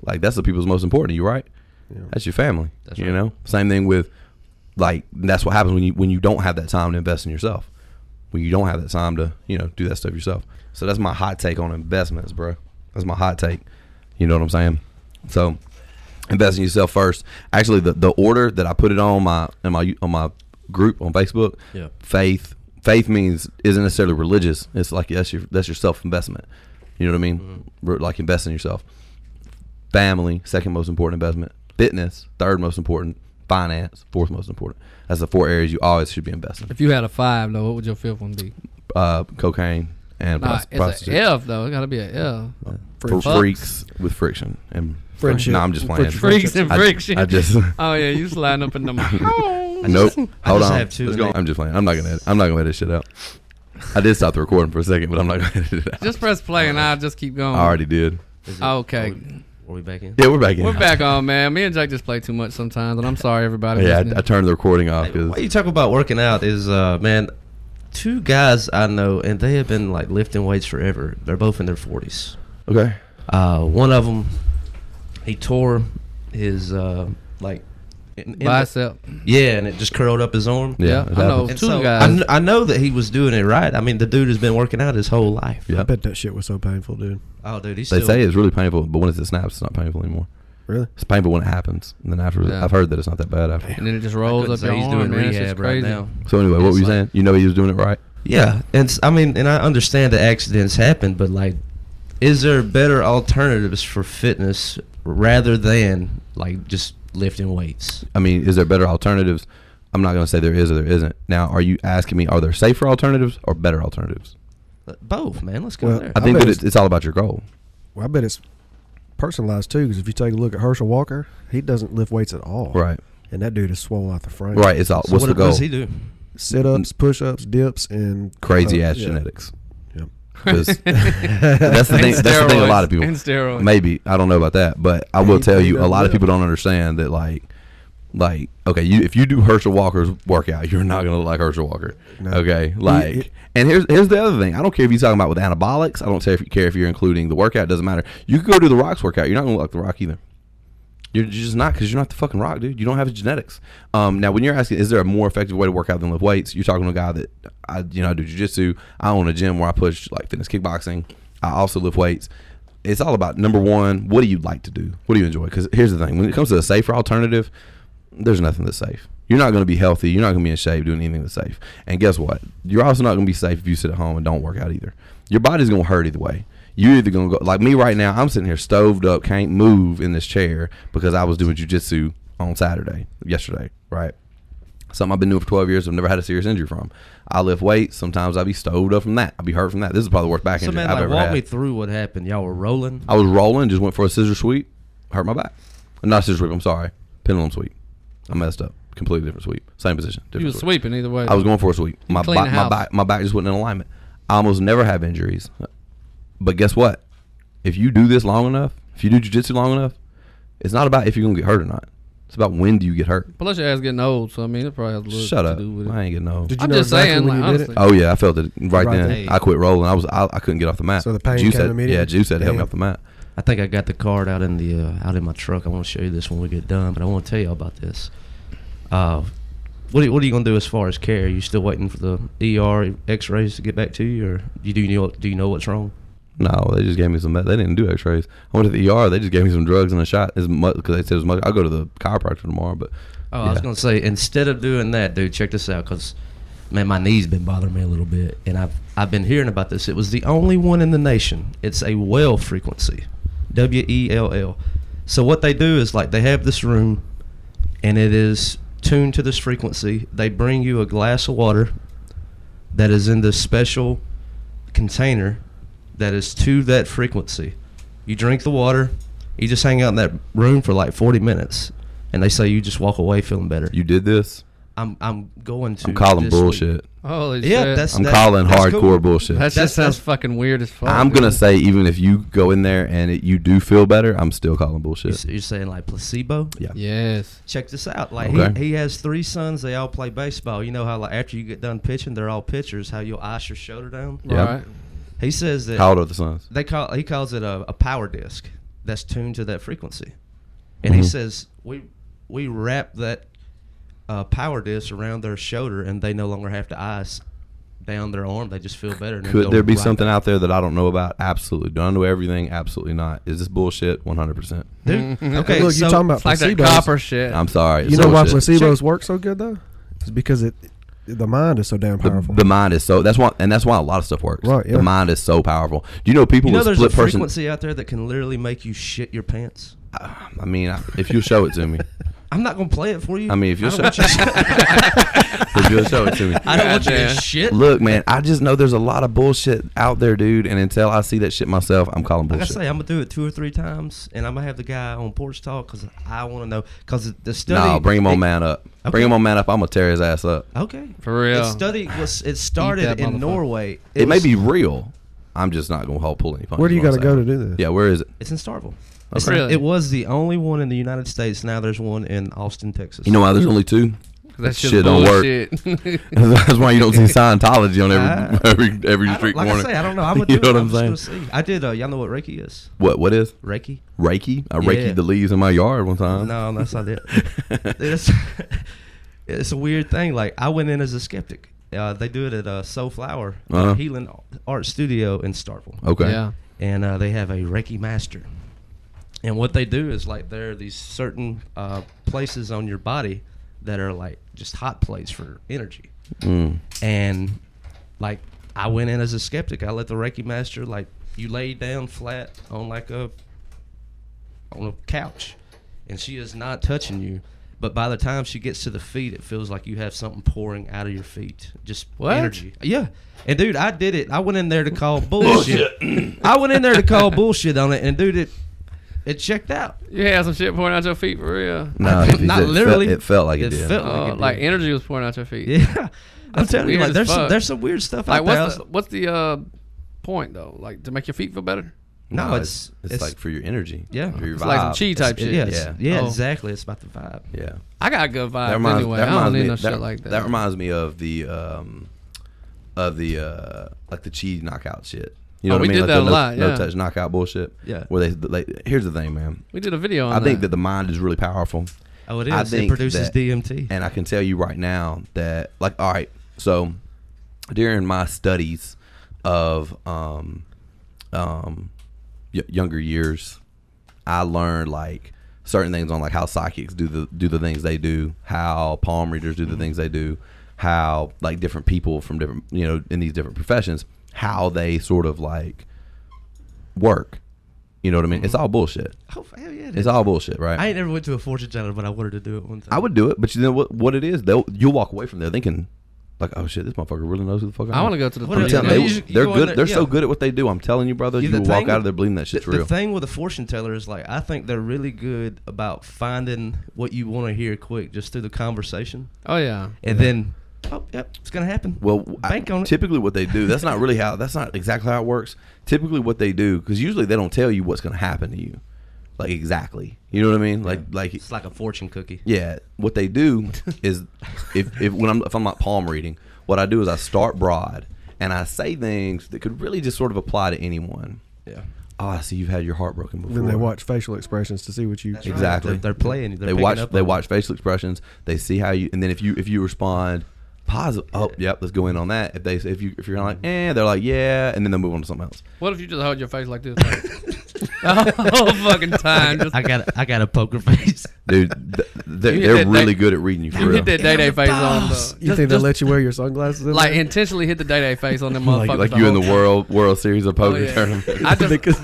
C: like that's the people's most important to you, right? That's your family.
F: That's
C: you
F: right.
C: know. Same thing with like that's what happens when you when you don't have that time to invest in yourself. When you don't have that time to, you know, do that stuff yourself. So that's my hot take on investments, bro. That's my hot take. You know what I'm saying? So invest in yourself first. Actually the, the order that I put it on my in my on my group on Facebook,
F: Yeah.
C: faith faith means isn't necessarily religious. It's like that's your that's your self investment. You know what I mean?
F: Mm-hmm.
C: Re- Like invest in yourself family, second most important investment. Fitness, third most important. Finance, fourth most important. That's the four areas you always should be investing.
G: if you had a five though, what would your fifth one be?
C: Uh, cocaine and
G: Nah,
C: pros-
G: it's a
C: prostitutes.
G: F though. It gotta be a F.
C: For
G: Fucks.
C: freaks with friction and
E: Friendship.
C: No, I'm just playing.
G: Freaks and
C: I-
G: friction.
C: I just-
G: (laughs) oh yeah, you sliding up in
C: (laughs)
G: the.
C: nope.
F: I
C: Hold
F: just
C: on.
F: have two
C: Let's
F: and
C: go.
F: they-
C: I'm just playing. I'm not gonna. Edit, I'm not gonna edit shit out. I did stop the recording for a second, but I'm not gonna (laughs) edit it out.
G: Just press play and I'll just keep going.
C: I already did.
F: Is it-
G: Ah, Okay.
F: Are we, are we back in?
C: Yeah, we're back in.
G: We're back on, man. Me and Jake just play too much sometimes, and I'm sorry everybody.
C: Yeah,
G: listening.
C: I, I turned the recording off because
F: Why you talk about working out is uh man, two guys I know and they have been like lifting weights forever. They're both in their forties.
C: okay,
F: Uh, one of them, he tore his uh like in- in the-
G: bicep.
F: yeah, and it just curled up his arm.
C: Yeah,
G: Yeah,
C: it
G: I know
C: happens.
G: two
F: And so I,
G: guys.
F: kn- I know that he was doing it right. I mean, the dude has been working out his whole life.
C: Yeah.
E: I bet that shit was so painful, dude.
F: Oh, dude, he's
C: they
F: still.
C: say it's really painful, but when it's it snaps, it's not painful anymore.
E: Really?
C: It's painful when it happens, and then after
G: Yeah.
C: I've heard that it's not that bad after.
G: and then it just
F: I
G: rolls
F: couldn't
G: up
F: say
G: your
F: he's
G: arm,
F: doing
G: man. It's just
F: rehab right
G: crazy.
F: now.
C: So anyway, what
F: It's
C: were you
F: like-
C: saying? You know he was doing it right.
F: Yeah, and s- I mean, and I understand the accidents happen, but like, is there better alternatives for fitness rather than like just lifting weights.
C: I mean, is there better alternatives? I'm not going to say there is or there isn't. Now, are you asking me are there safer alternatives or better alternatives?
F: But Both, man. Let's go
E: Well,
F: there.
C: I think
E: bet
C: that
E: it's-
C: it's, it's all about your goal.
E: Well, I bet it's personalized too, because if you take a look at Herschel Walker, he doesn't lift weights at all.
C: Right.
E: And that dude is swollen out the frame.
C: Right. It's all.
F: So
C: what's
F: what
C: the
F: what
C: goal?
F: does he do?
E: Sit ups, push ups, dips, and
F: Oh,
E: uh,
C: Crazy ass
F: (laughs)
E: yeah.
C: genetics. (laughs)
E: Yeah.
C: 'Cause that's the thing.
G: And
C: That's the thing. A lot of
G: steroids.
C: people.
G: (laughs) And steroids.
C: Maybe I don't know about that, but I will
E: He-
C: tell
E: he
C: you, a
E: does
C: lot of
E: well.
C: people don't understand that. Like, like okay, you if you do Herschel Walker's workout, you're not gonna look like Herschel Walker.
E: No.
C: Okay, like,
E: it-
C: and here's here's the other thing. I don't care if you're talking about with anabolics. I don't care if you care if you're including the workout. It doesn't matter. You could go do the Rock's workout. You're not gonna look like the Rock either. You're you're just not because you're not the fucking rock, dude. You don't have the genetics. Um, now, when you're asking, is there a more effective way to work out than lift weights? You're talking to a guy that I, you know, I do jujitsu. I own a gym where I push like fitness kickboxing. I also lift weights. It's all about number one. What do you like to do? What do you enjoy? Because here's the thing: when it comes to a safer alternative, there's nothing that's safe. You're not going to be healthy. You're not going to be in shape doing anything that's safe. And guess what? You're also not going to be safe if you sit at home and don't work out either. Your body's going to hurt either way. You're either going to go like me right now. I'm sitting here stoved up, can't move in this chair because I was doing jujitsu on Saturday, yesterday, right? Something I've been doing for 12 years. I've never had a serious injury from. I lift weights. Sometimes I'll be stoved up from that. I'll be hurt from that. This is probably the worst back
F: So
C: injury
F: man,
C: I've
F: like
C: ever
F: walk
C: had.
F: me through what happened. Y'all were rolling.
C: I was rolling, just went for a scissor sweep, hurt my back. Uh, Not scissor sweep, I'm sorry. Pendulum sweep. I messed up. Completely different sweep. Same position.
G: You
C: Different
G: was sweeping either way.
C: I was going for a sweep. My,
G: cleaned
C: back,
G: the
C: my
G: house.
C: back my back just wasn't in alignment. I almost never have injuries. But guess what? If you do this long enough, if you do jujitsu long enough, it's not about if you're gonna get hurt or not. It's about when do you get hurt.
G: Plus, your ass getting old, so I mean, it probably has a little
C: Shut
G: to
C: up.
G: do with it.
C: I ain't getting no.
E: Did you
G: I'm
E: know
G: just
E: exactly
G: saying,
E: when
G: like,
E: you did it?
G: honestly.
C: Oh yeah, I felt it right,
E: Right
C: then.
E: then.
C: I quit rolling. I was I, I couldn't get off the mat.
E: So the pain
C: Juice
E: came
C: had-
E: immediately?
C: Yeah, Juice had to help me
E: Damn.
C: off the mat.
F: I think I got the card out in the uh, out in my truck. I want to show you this when we get done, but I want to tell you all about this. Uh, what are, what are you gonna do as far as care? Are you still waiting for the ER X-rays to get back to you, or you do you know do you know what's wrong?
C: No, they just gave me some. med- They didn't do X-rays. I went to the ER. They just gave me some drugs and a shot. As much because they said as much. I'll go to the chiropractor tomorrow. But
F: Oh, I was
C: yeah.
F: gonna say instead of doing that, dude, check this out, cause man, my knee's been bothering me a little bit, and I've I've been hearing about this. It was the only one in the nation. It's a well frequency, W E L L. So what they do is like they have this room, and it is tuned to this frequency. They bring you a glass of water that is in this special container that is to that frequency. You drink the water, you just hang out in that room for like 40 minutes, and they say you just walk away feeling better.
C: you did this.
F: I'm I'm going to.
C: I'm calling
F: this week.
C: bullshit.
G: Holy
F: Yeah,
G: shit.
F: that's-
C: I'm
F: That-
C: calling
F: that's
C: hardcore
F: cool.
C: bullshit.
G: that
F: that's-
G: just sounds
F: that's-
G: fucking weird as fuck.
C: I'm
G: dude.
C: gonna say even if you go in there and it, you do feel better, I'm still calling
F: You
C: bullshit.
F: s- You're saying like placebo.
C: Yeah. (laughs)
G: Yes.
F: Check this out. Like
C: Okay.
F: he, he has three sons. They all play baseball. You know how like after you get done pitching, they're all pitchers. How you'll ice your shoulder down.
C: Yeah.
G: Right.
F: He says that.
C: How old are the sons?
F: they call he calls it a, a power disc that's tuned to that frequency, and he
C: Mhm.
F: says we we wrap that uh, power disc around their shoulder, and they no longer have to ice down their arm. They just feel better. and they
C: Could
F: go
C: there be
F: right
C: something
F: back.
C: out there that I don't know about? Absolutely. Do I know everything? Absolutely not. Is this bullshit? 100. percent
F: Dude, okay,
E: Look,
F: so
E: you're talking about
G: It's like that
E: placebos.
G: copper shit.
C: I'm sorry.
E: You
C: It's
E: know why
C: bullshit.
E: placebos work so good though? It's because it, the mind is so damn
C: The,
E: powerful.
C: the mind is so that's why and that's why a lot of stuff works.
E: Right, yeah.
C: The mind is so powerful. Do you know people
F: you know
C: with
F: there's a
C: split person
F: frequency out there that can literally make you shit your pants.
C: I mean, I- if you show it
F: (laughs)
C: to me,
F: I'm not gonna play it for you.
C: I mean, if you'll show,
F: I
C: (laughs)
F: don't want you-
C: if you'll show it to me.
F: I don't want you to
G: Goddamn.
F: shit.
C: Look, man, I just know there's a lot of bullshit out there, dude. And until I see that shit myself, I'm calling
F: Like I
C: bullshit.
F: say, I'm gonna do it two or three times, and I'm gonna have the guy on porch talk because I want to know because the study.
C: No, bring him
F: it-
C: on man up. Bring
F: Okay.
C: him on man up. I'm gonna tear his ass up.
F: Okay.
G: For real.
F: The study was it
G: that
F: started
G: motherfucker.
F: in Norway.
C: It, may
F: was-
C: be real. I'm just not gonna help pull any punches.
E: Where do you
C: is
E: gotta
C: what
E: go
C: I'm
E: to
C: saying.
E: do this?
C: Yeah, where is it?
F: It's in Starville.
G: It's Oh, really?
F: It was the only one in the United States. Now there's one in Austin, Texas.
C: You know why there's only
F: (laughs)
C: two? (laughs)
G: That shit's
C: shit don't work.
G: bullshit.
C: That's why you don't
F: (laughs)
C: see Scientology on
F: Uh,
C: every (laughs) every every
F: I
C: street
F: don't, like
C: corner.
F: I say,
C: (laughs)
F: I don't know. I'm
C: you
F: gonna do
C: know
F: it.
C: what
F: I'm
C: I'm saying?
F: just gonna see. I did. Uh, y'all know what Reiki is?
C: What what is
F: Reiki?
C: Reiki? I
F: Yeah.
C: Reiki the leaves in my yard one time.
F: No, that's
C: (laughs)
F: not it. it's, (laughs) it's a weird thing. Like I went in as a skeptic. Uh, they do it at uh, Soul Flower
C: Uh-huh. Oh.
F: Healing Art Studio in Starville.
C: (laughs) Okay.
G: (laughs) Yeah.
F: and uh, they have a Reiki master. And what they do is like there are these certain uh, places on your body that are like just hot plates for energy. And like I went in as a skeptic. I let the Reiki master like you lay down flat on like a on a couch, and she is not touching you. But by the time she gets to the feet, it feels like you have something pouring out of your feet. Just
G: What?
F: energy. Yeah. And dude, I did it. I went in there to call bullshit. I went in there to call bullshit on it, and dude, it it checked out.
G: You had some shit pouring out your feet for real.
F: (laughs)
C: No,
F: Not
C: he said it felt-
F: literally.
C: It felt like it,
F: It
C: did.
F: felt-
G: Oh, like energy was pouring out your
F: (laughs)
G: feet.
F: Yeah. I'm
G: That's
F: telling you,
G: weird
F: like
G: as
F: there's some,
G: fuck.
F: there's some weird stuff
G: Like
F: out there.
G: what's the, what's the uh, point though? Like to make your feet feel better?
F: no, it's,
C: it's, like for your energy.
F: Yeah.
C: for your
G: It's
C: vibe.
G: like some chi type shit.
F: yeah,
C: Yeah.
F: yeah, yeah
G: Oh.
F: exactly. It's about the vibe.
C: Yeah.
G: I got good vibes
C: That reminds,
G: anyway.
C: that
G: I don't
C: reminds
G: need
C: me.
G: no
C: that,
G: shit like that.
C: that reminds me of the um, of the uh, like the cheese knockout shit. You know
G: Oh,
C: what
G: we
C: I mean?
G: did
C: like
G: that
C: the
G: a
C: no,
G: lot,
C: no
G: yeah.
C: touch knockout bullshit.
F: Yeah.
C: Where they, they here's the thing, man.
G: we did a video on
C: I think
G: that
C: that the mind is really powerful.
F: Oh, it
C: I
F: is. It
C: think
F: produces
C: that-
F: DMT.
C: And I can tell you right now that, like, all right, so during my studies of um, um, y- younger years, I learned like certain things on like how psychics do the do the things they do, how palm readers do the things they do, how like different people from different you know in these different professions how they sort of like work. You know what I mean? It's all bullshit.
F: oh, hell yeah, it is.
C: It's all bullshit, right?
F: I ain't never went to a fortune teller, but I wanted to do it one time.
C: I would do it, but you know what? What it is, they'll you'll walk away from there thinking, like, oh shit, this motherfucker really knows who the fuck I am.
G: I want to go to the
F: What
C: I'm
F: Yeah,
G: third
C: telling
F: no,
C: they,
G: day.
F: you should- you
C: they're
F: go in
C: good.
F: there-
C: they're so
F: yeah.
C: good at what they do. I'm telling you, brother.
F: Yeah,
C: you
F: the
C: will walk
F: thing-
C: out of there believing that
F: The,
C: shit's
F: the
C: real.
F: thing with a fortune teller is like I think they're really good about finding what you want to hear quick just through the conversation,
G: Oh yeah.
F: and then oh yep, it's gonna happen.
C: well, I,
F: bank on it.
C: typically what they do. That's not really how. That's not exactly how it works. Typically, what they do because usually they don't tell you what's going to happen to you, like exactly. You know what I mean? Like like
F: it's like a fortune cookie.
C: Yeah, what they do is if, if when I'm if I'm not palm reading, what I do is I start broad and I say things that could really just sort of apply to anyone.
F: Yeah,
C: Oh, I see you've had your heart broken before.
E: Then they watch facial expressions to see what you.
F: right.
C: exactly.
F: They're- they're playing, they're
C: they
F: picking
C: watch.
F: up
C: They
F: on it.
C: watch facial expressions. They see how you, and then if you if you respond positive, oh yep, let's go in on that. If they if you if you're like eh, they're like yeah, and then they move on to something else.
G: What if you just hold your face
C: (laughs)
G: like this? (laughs) the whole fucking time. Just,
F: I got I got a poker (laughs) face.
C: Dude, th- they're,
G: You hit
C: they're
G: that-
C: really
G: they-
C: good at reading you for
G: you
C: real.
G: hit that day day face on.
F: boss.
G: Though.
E: You think they'll let you wear your sunglasses? In
G: Like
E: there?
G: intentionally hit the day day face on them motherfuckers.
C: Like you in the
G: whole- Oh,
C: world World Series of Poker
G: yeah.
C: tournament. (laughs)
G: I just-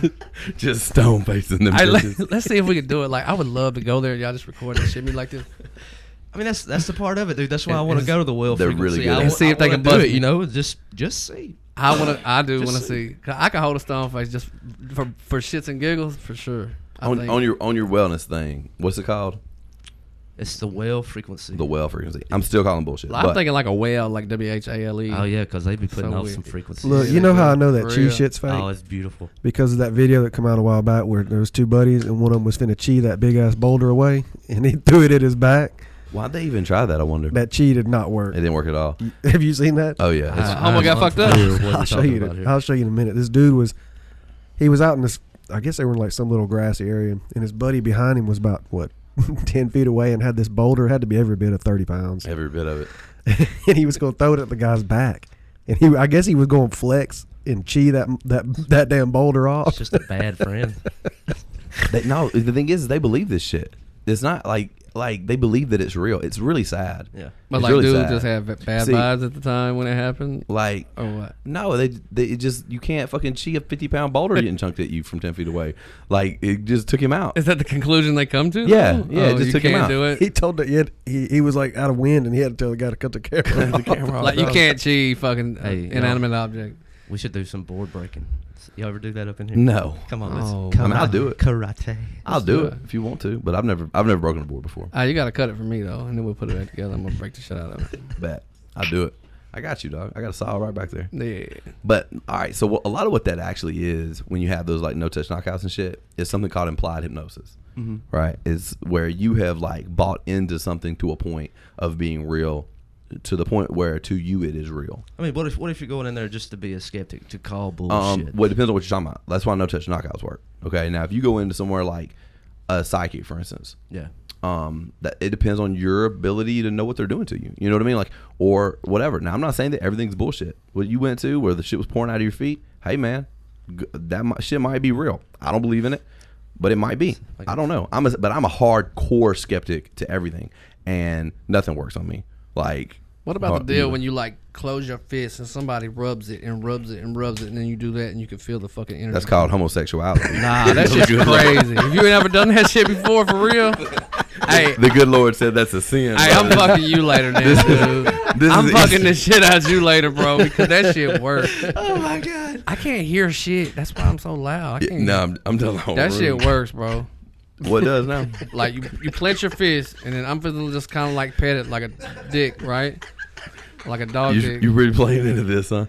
C: just stone facing them.
G: I,
C: bitches.
G: let, us see if we can do it. Like I would love to go there and y'all just record and shit me like this.
F: I mean, that's that's the part of it, dude. That's why I want to go to the well.
C: They're
F: frequency.
C: really good
F: I
C: at
F: wa-
C: it.
G: And see
F: I
G: if they
F: wanna
G: can
F: do
G: bust
F: it,
G: me.
F: You know, just just see.
G: I want to. I do
F: Just
G: want to
F: see.
G: see. 'Cause I can hold a stone face just for for shits and giggles for sure. I
C: on,
G: think.
C: on your on your wellness thing. What's it called?
F: It's the well frequency.
C: The well frequency. I'm still calling bullshit.
G: I'm
C: but
G: thinking like a whale, like W H A L E.
F: oh yeah, because they be putting
G: So
F: off
G: weird.
F: some frequencies.
E: Look, you know how I know that
G: For
E: chi
G: real.
E: shit's fake
F: oh, it's beautiful.
E: because of that video that come out a while back where there was two buddies and one of them was finna chi that big ass boulder away and he (laughs) threw it at his back.
C: why'd they even try that? I wonder. It
E: That chi did not work.
C: didn't work at all.
E: (laughs) Have you seen that?
C: Oh yeah, it's-
G: Homo got fucked up.
E: (laughs) I'll show you. The, I'll show you in a minute. This dude was, he was out in this. I guess they were in like some little grassy area, and his buddy behind him was about what, (laughs) ten feet away, and had this boulder. Had to be every bit of thirty pounds,
C: every bit of it.
E: (laughs) and he was going to throw it at the guy's back. And he, I guess he was going to flex and chi that that that damn boulder
F: It's
E: off.
F: just a bad friend.
C: They, no, the thing is, they believe this shit. It's not like like they believe that it's real. It's really sad.
F: Yeah.
G: But
C: It's
G: like,
C: really
G: dude,
C: sad.
G: just had v- bad
C: See-
G: vibes at the time when it happened,
C: Like
G: or what?
C: no, they they it just you can't fucking chi a fifty pound boulder getting chunked at you from ten feet away. Like it just took him out.
G: Is that the conclusion they come to?
C: Yeah,
G: though?
C: yeah, it
G: Oh,
C: just
G: you
C: took him
G: can't
C: out.
G: do
E: He
G: it.
E: told that he, had, he he was like out of wind, and he had to tell the guy to cut the camera. off. (laughs)
G: Like you can't cheat fucking uh,
F: Hey, y'all-
G: inanimate object.
F: We should do some board breaking. Y'all ever do that up in here?
C: No,
F: Come on, let's.
G: Oh.
F: come
C: I mean, I'll
F: on,
C: do it.
F: Karate.
C: I'll do
G: do
C: it
G: it.
C: if you want to, but I've never I've never broken a board before.
G: Ah, you gotta cut it for me though, and then we'll put it back together. I'm gonna break the shit out of it.
C: Bet I'll do it. I got you, dog. I got a saw right back there.
G: Yeah.
C: But all right, so what, a lot of what that actually is when you have those like no touch knockouts and shit is something called implied hypnosis, right? It's where you have like bought into something to a point of being real, to the point where to you it is real.
F: I mean, what if what if you're going in there just to be a skeptic to call
C: Um,
F: bullshit?
C: well, it depends on what you're talking about. That's why no touch knockouts work. Okay, now if you go into somewhere like a psychic, for instance,
F: yeah.
C: um, that it depends on your ability to know what they're doing to you. You know what I mean? Like, or whatever. Now, I'm not saying that everything's bullshit. What you went to, where the shit was pouring out of your feet, hey, man, g- that mi- shit might be real. I don't believe in it, but it might be. I don't know. I'm a, but I'm a hardcore skeptic to everything, and nothing works on me. Like, uh,
G: What about
D: Hard-
G: the deal
D: yeah.
G: when you like close your fist and somebody rubs it and rubs it and rubs it and then you do that and you can feel the fucking energy?
D: That's called homosexuality.
C: (laughs)
G: Nah, that shit's
D: Good Lord.
G: crazy. if you ain't ever done that shit before, for
C: (laughs)
D: (laughs)
G: real, hey,
D: The good Lord said that's a sin. (laughs)
G: hey, I'm fucking you later, now, dude.
D: this
G: I'm
D: is
G: fucking
D: easy.
G: the shit out you later, bro, because that shit works.
F: Oh my god.
G: I can't hear shit. That's why I'm so loud. I
D: Yeah,
G: can't.
D: No, I'm, I'm telling the whole
G: that
D: room.
G: shit
D: (laughs)
G: works, bro.
D: What does
G: (laughs)
D: now?
G: Like you, you plant your fist, and then I'm feeling just kind of like pet it like a dick, right? Like a dog
D: You,
G: dick.
D: you really playing into this, huh?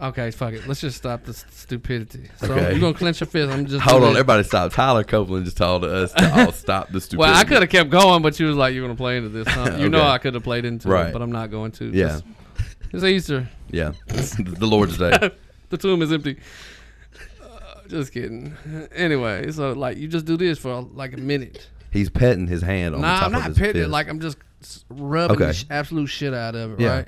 G: okay, fuck it. Let's just stop this stupidity. So
D: Okay.
G: you're gonna clench your fist. I'm just
D: Hold
G: gonna-
D: on, everybody stop. Tyler Copeland just told us to all stop the stupidity.
G: (laughs) Well, I could have kept going, but you was like, "You're gonna play into this."
D: (laughs)
G: Huh? You know,
D: Okay.
G: I could have played into
D: Right.
G: it, but I'm not going to.
D: Yeah,
G: Just- it's Easter.
C: (laughs)
D: yeah. the Lord's Day.
G: The tomb is empty. Uh, just kidding. Anyway, so like, you just do this for like a minute.
D: He's petting his hand on
G: Nah,
D: the top
G: I'm
D: of
G: not
D: his
G: petting it.
D: fist.
G: Like I'm just s- rubbing
D: Okay.
G: the sh- absolute shit out of it,
D: Yeah.
G: right?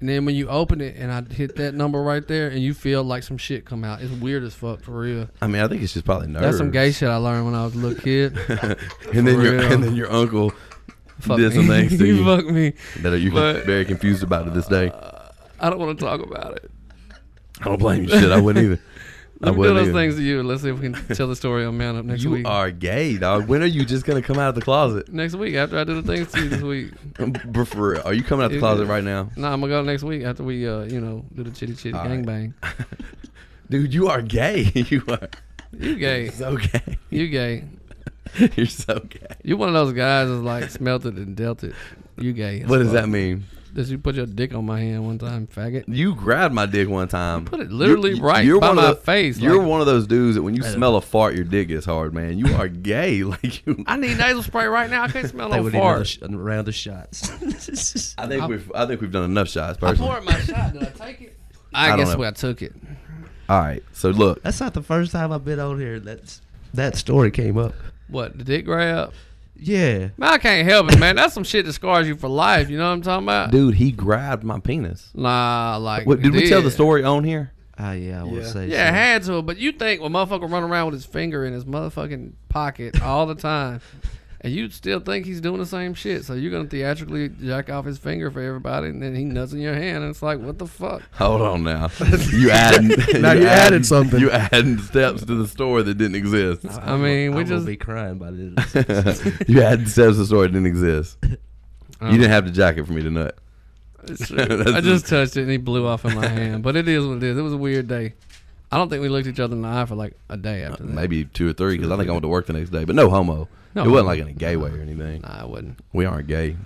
G: And then when you open it and I hit that number right there, and you feel like some shit come out. It's weird as fuck for real.
D: I mean, I think it's just probably nerves.
G: That's some gay shit I learned when I was a little kid.
D: (laughs)
G: (laughs)
D: and then
G: For
D: your
G: real.
D: and then your uncle
G: fuck
D: did
G: me.
D: some things
G: (laughs)
D: to you
G: fuck me.
D: (laughs) that you're
G: But-
D: very confused about to this
G: (laughs)
D: day.
G: I don't want to talk about it.
D: I don't blame you. Shit, I wouldn't
G: (laughs)
D: either. I
G: Let me do
D: wouldn't
G: those
D: either.
G: things to you. Let's see if we
D: (laughs)
G: can tell the story on Man Up next
D: You
G: week.
D: are gay, dog. When are you just gonna come out of the
G: (laughs)
D: closet?
G: Next week after I do the things to you this week.
D: But for real, are you coming out the
G: It-
D: closet right now,
G: Nah, I'm gonna go next week after we, uh, you know, do the chitty chitty
D: All
G: gang
D: right.
G: bang.
D: dude? You are gay. (laughs) You are (laughs)
G: You gay?
D: so gay.
G: You gay?
D: You're so gay.
G: You one of those guys that's like smelt it and dealt it. You gay? as
D: What does
G: fuck.
D: that mean?
G: That you put your dick on my hand one time, faggot.
D: You grabbed my dick one time.
G: put it literally right by my
D: the,
G: face,
D: You're
G: like-
D: one of those dudes that when you smell a fart, your dick gets hard, man. You are gay. (laughs) Like you.
G: I need nasal spray right now. I can't smell
F: They
G: no
F: would need another
G: fart.
F: sh- another round
C: (laughs)
F: of shots. (laughs) This is-
D: I think we've I think we've done enough shots personally.
G: Poured my shot. Did I take it?
D: I
G: I,
D: don't
G: guess
D: know.
G: where I took it.
D: All right, so look,
F: That's not the first time I've been on here. That's that story came up.
G: What the dick grab?
F: Yeah.
G: Man, I can't help it, man. That's some shit that scars you for life. You know what I'm talking about?
D: dude, he grabbed my penis.
G: Nah, like
D: What, did we tell the
G: story?
D: story on here?
F: Ah, yeah. I want to say.
G: Yeah,
F: so.
G: it had to. But you think when motherfucker run around with his finger in his motherfucking pocket all
D: (laughs)
G: the time, and you still think he's doing the same shit. So you're gonna theatrically jack off his finger for everybody, and then he nuts in your hand, and it's like, what the fuck?
D: Hold on (laughs) now. You adding
E: Now you added something.
D: You adding steps to the story that didn't exist.
G: I mean, we
F: I'm gonna
G: just
F: be crying by
G: (laughs)
F: this.
D: (laughs) you added steps to the story that didn't exist. You didn't have the jacket for me to nut. (laughs) That's
G: Uh, I just touched it, and he blew off in my hand. But it is what it is. It was a weird day. I don't think we looked each other in the eye for like a day after that.
D: maybe Uh-huh. two or Uh-huh. three because I think I went to work the next day. But no homo.
G: No
D: it wasn't
G: homo.
D: like in a gay way or anything.
G: Nah, I wouldn't
D: We aren't gay.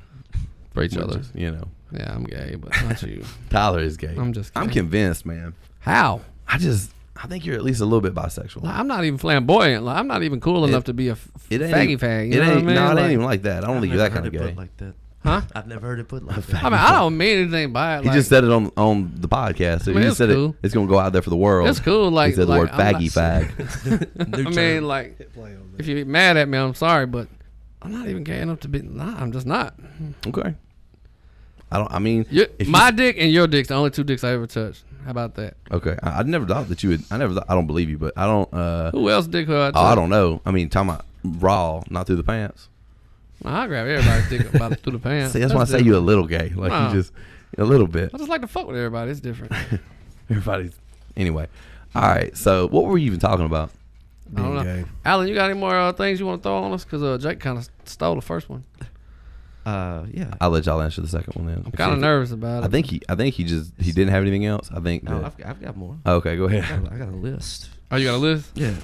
G: for each
D: We're
G: other.
D: just, you know,
G: Yeah, I'm gay, but not you.
D: Tyler is gay.
G: I'm just
D: I'm
G: gay.
D: convinced, man.
G: How?
D: I just. I think you're at least a little bit bisexual.
G: Like, I'm not even flamboyant. Like, I'm not even cool enough to be a f- faggy fag. You
D: it ain't,
G: know what I mean?
D: No, it
G: Like-
D: ain't even like that. I don't think you're that kind of
F: Heard it
D: gay.
F: put like that.
G: Huh?
F: I've never heard it put like that.
G: I mean, I don't mean anything by it.
D: He
G: like,
D: just said it on on the podcast. So
G: mean,
D: he
G: it's
D: just said it.
G: cool.
D: It's gonna go out there for the world.
G: It's cool, like-
D: he said the
G: like,
D: word
G: I'm not
D: faggy
G: (laughs)
D: fag.
G: (laughs) I mean, like, if you're mad at me, I'm sorry, but I'm not even gay enough to be. Nah, I'm just not.
D: okay. I don't. I mean,
G: You-
D: if you-
G: my dick and your dick's the only two dicks I ever touched. How about that?
D: okay. I, I never thought that you would. I never. Thought, I don't believe you, but I don't. uh
G: Who else dick who I touched?
D: oh, I don't know. I mean, talking about raw, not through the pants.
G: Nah, I grab everybody's dick about
D: (laughs)
G: through the pants.
D: See, that's, why I say
G: different.
D: you a little gay. Like
G: Nah.
D: you just a little bit.
G: I just like to fuck with everybody.
D: (laughs)
G: It's different. I
D: Everybody's anyway. All right. So what were you even talking about?
G: don't know.
E: gay.
G: Alan, you got any more uh, things you want to throw on us? Because uh, Jake kind of stole the first one.
F: Uh, yeah.
D: I'll let y'all answer the second one then.
G: I'm kind of nervous about it.
D: I think he. I think he just. He didn't have anything else. I think.
F: No,
D: that-
F: I've, I've got more.
D: okay. Go
F: I
D: ahead.
F: got, I got a list.
G: Oh, you got a list?
F: Yeah.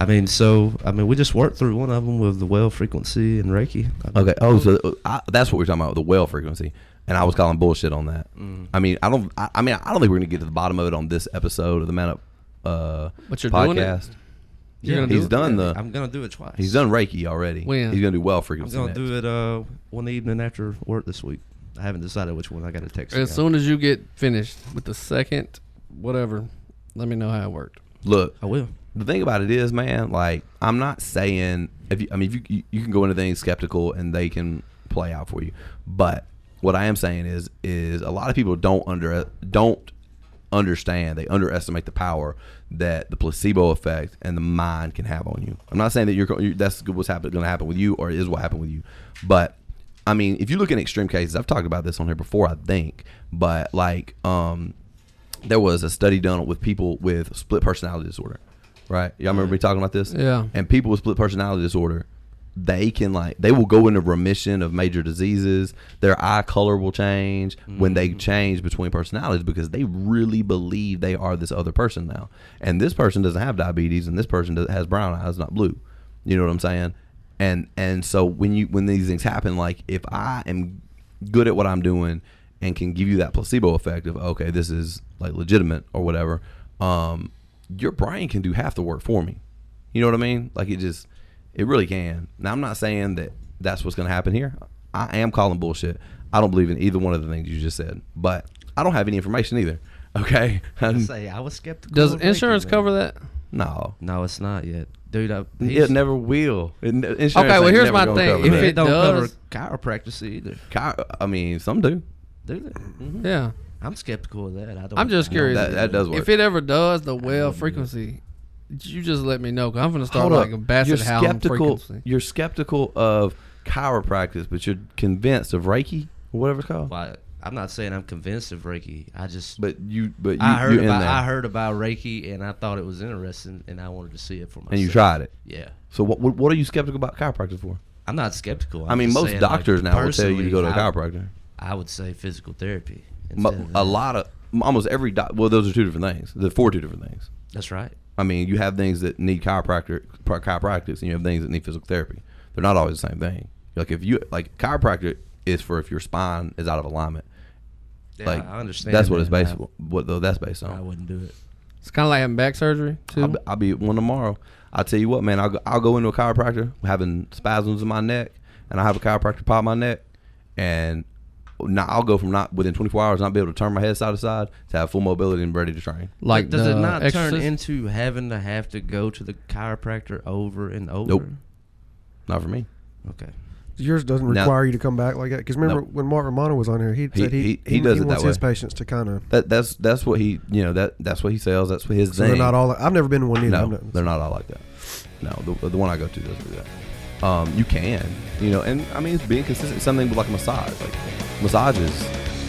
F: I mean, so I mean, we just worked through one of them with the well frequency and Reiki.
D: Okay. Oh, so uh, I, that's what we're talking about, the well frequency. And I was calling bullshit on that.
G: Mm.
D: I mean, I don't. I, I mean, I don't think we're gonna get to the bottom of it on this episode of the Man Up uh,
G: But you're doing it?
D: podcast.
G: You're gonna
D: he's
G: do it?
D: done the.
F: I'm gonna do it twice.
D: he's done Reiki already.
G: When?
D: He's gonna do well
F: I'm
D: frequency.
F: gonna
D: next.
F: do it uh one evening after work this week. I haven't decided which one. I got to text. the
G: As
F: guy.
G: soon as you get finished with the second, whatever, let me know how it worked.
D: Look,
F: I will.
D: the thing about it is, man, like I'm not saying if you, I mean if you, you you can go into things skeptical and they can play out for you, but what I am saying is is a lot of people don't under don't understand they underestimate the power that the placebo effect and the mind can have on you. I'm not saying that you're go- you- that's what's happen, going to happen with you or is what happened with you, but I mean, if you look in extreme cases, I've talked about this on here before, I think, but like, um, there was a study done with people with split personality disorder, right? Y'all remember me talking about this?
G: Yeah.
D: And people with split personality disorder, they can like they will go into remission of major diseases. Their eye color will change when they change between personalities because they really believe they are this other person now. And this person doesn't have diabetes, and this person does, has brown eyes, not blue. You know what I'm saying? And and so when you when these things happen, like if I am good at what I'm doing and can give you that placebo effect of okay, this is like legitimate or whatever, um, your brain can do half the work for me. You know what I mean? Like it just, it really can. Now I'm not saying that that's what's going to happen here. I am calling bullshit. I don't believe in either one of the things you just said, but I don't have any information either. (laughs) Okay,
F: I
D: (laughs)
F: say I was skeptical.
G: Mm. Does
F: of
G: insurance
F: Lincoln,
G: cover
F: man.
G: that?
D: no,
F: No, it's not yet, dude. I,
D: it never will. It, ne- insurance
G: Okay, well,
D: ain't
G: here's
D: never
G: my
D: gonna
G: thing.
D: cover
G: If
D: that.
G: it
F: it don't
G: does-
F: cover chiropractic either,
D: Chi- I mean, some do.
F: do they? Mhm.
G: Yeah.
F: I'm skeptical of that. I don't.
G: I'm just
F: I don't-
G: curious.
D: That, that does work.
G: If it ever does, the well frequency, you just let me know. i I'm gonna start like a basset hound
D: skeptical.
G: frequency.
D: You're skeptical of chiropractic, but you're convinced of Reiki or whatever it's called.
F: Why- I'm not saying I'm convinced of Reiki. I just
D: But you, but you,
F: I heard
D: you're in
F: about
D: there,
F: I heard about Reiki and I thought it was interesting and I wanted to see it for myself.
D: and you tried it.
F: Yeah.
D: So what, what? What are you skeptical about chiropractic for?
F: I'm not skeptical. I'm
D: i mean,
F: just
D: most
F: saying, like,
D: doctors now will tell you to go to a
F: personally, I-
D: chiropractor.
F: I would say physical therapy.
D: Mo-
F: instead of
D: A
F: that.
D: lot of almost every doc. Well, those are two different things. They're four two different things.
F: That's right.
D: I mean, you have things that need chiropractor pro- chiropractics, and you have things that need physical therapy. They're not always the same thing. Like if you like chiropractic is for if your spine is out of alignment.
F: Yeah,
D: Like
F: I understand.
D: that's what it's
F: man.
D: based. What though? That's based
F: I, I
D: on.
F: wouldn't do it.
G: It's kind of like having back surgery too.
D: I'll be, I'll be at one tomorrow. I'll tell you what, man. I'll go, I'll go into a chiropractor having spasms in my neck, and I have a chiropractor pop my neck, and now I'll go from not within 24 hours not be able to turn my head side to side to have full mobility and ready to train.
G: like
F: does
G: the
F: it not turn
G: Exorcist?
F: into having to have to go to the chiropractor over and over?
D: Nope. Not for me.
F: Okay.
E: Yours doesn't
D: No.
E: require you to come back like that. Because remember
D: Nope.
E: when Mark Romano was on here, he
D: He-
E: said he,
D: he- he does it that
E: wants his
D: way.
E: patients to kind of.
D: That that's that's what he you know that that's what he sells. That's what his
E: So
D: thing.
E: they're not all. I've never been to one either.
D: No,
E: I'm not-
D: they're not all like that. No, the, the one I go to doesn't do that. Um, you can, you know, and I mean, it's being consistent. Something with like a massage, like massages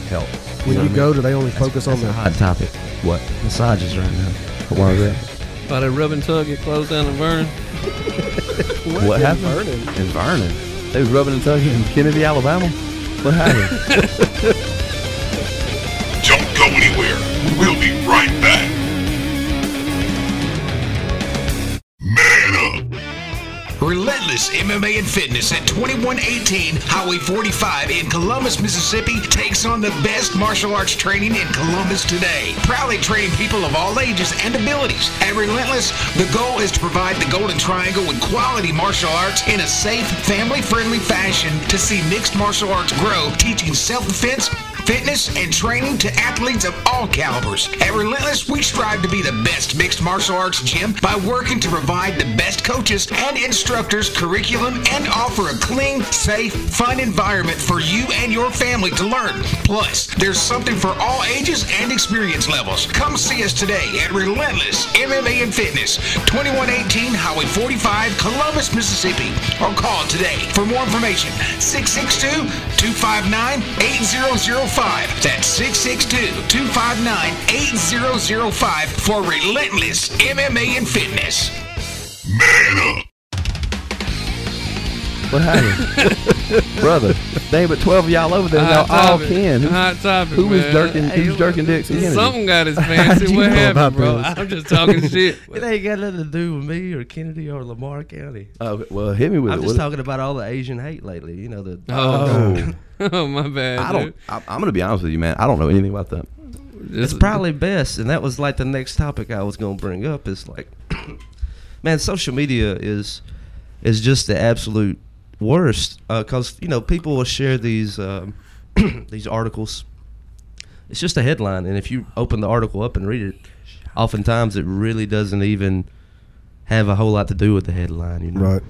D: help.
E: when you go, do they only focus on
F: That's a
E: the?
F: hot topic.
D: what?
F: Massages right now.
D: Why is that?
G: By the rub and tug, it closed down and burn.
D: What, happened? In Vernon, they was rubbing and tugging in Kennedy, Alabama. What
E: (laughs)
D: happened?
A: Don't go anywhere. We'll be right back. Man up.
H: Relentless MMA and Fitness at 2118 Highway 45 in Columbus, Mississippi takes on the best martial arts training in Columbus today. Proudly training people of all ages and abilities. At Relentless, the goal is to provide the Golden Triangle with quality martial arts in a safe, family friendly fashion to see mixed martial arts grow, teaching self defense fitness, and training to athletes of all calibers. At Relentless, we strive to be the best mixed martial arts gym by working to provide the best coaches and instructors, curriculum, and offer a clean, safe, fun environment for you and your family to learn. Plus, there's something for all ages and experience levels. Come see us today at Relentless MMA and Fitness, 2118 Highway 45, Columbus, Mississippi, or call today for more information. 662 259 8005. That's 662 259 8005 for Relentless MMA and Fitness.
A: Man up.
D: what happened,
H: (laughs)
D: brother? They but twelve of y'all over there. Now
G: Hot
D: all
G: topic.
D: can. Who,
G: Hot topic.
D: who was
G: man.
D: jerking?
G: (laughs)
D: Who's jerking dicks? in Kennedy?
G: Something got his
E: How'd
G: fancy.
E: you
G: what
E: know
G: happened,
E: about
G: bro?
E: this?
G: (laughs) I'm just talking shit.
F: It ain't got nothing to do with me or Kennedy or Lamar County.
D: Oh, well, hit me with
F: I'm
D: it.
F: just
D: What-
F: talking about all the Asian hate lately. You know the
G: (laughs) Oh, my bad.
D: I don't. I, I'm gonna be honest with you, man. I don't know anything about that.
G: dude.
F: it's
G: This-
F: probably best and that was like the next topic i was going to bring up is like (clears throat) man social media is is just the absolute worst because you know people will share these um, (clears throat) these articles it's just a headline and if you open the article up and read it oftentimes it really doesn't even have a whole lot to do with the headline you know
E: Right.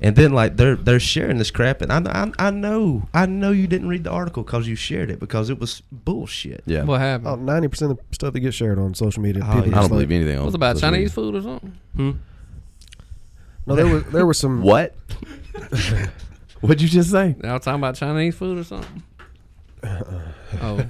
F: and then like they're they're sharing this crap and i, I, I know i know you didn't read the article because you shared it because it was bullshit
D: Yeah,
G: What
E: Oh,
G: happened?
E: 90 percent of stuff that gets shared on social media,
F: Oh,
E: people
F: yeah.
E: just
D: I don't
E: like-
D: believe anything. on
G: What's about
D: social media.
G: Chinese food or something?
C: (laughs)
E: No, there was there was some
D: What?
C: What'd you just say?
G: Now talking about Chinese food or something.
C: (laughs)
G: Oh,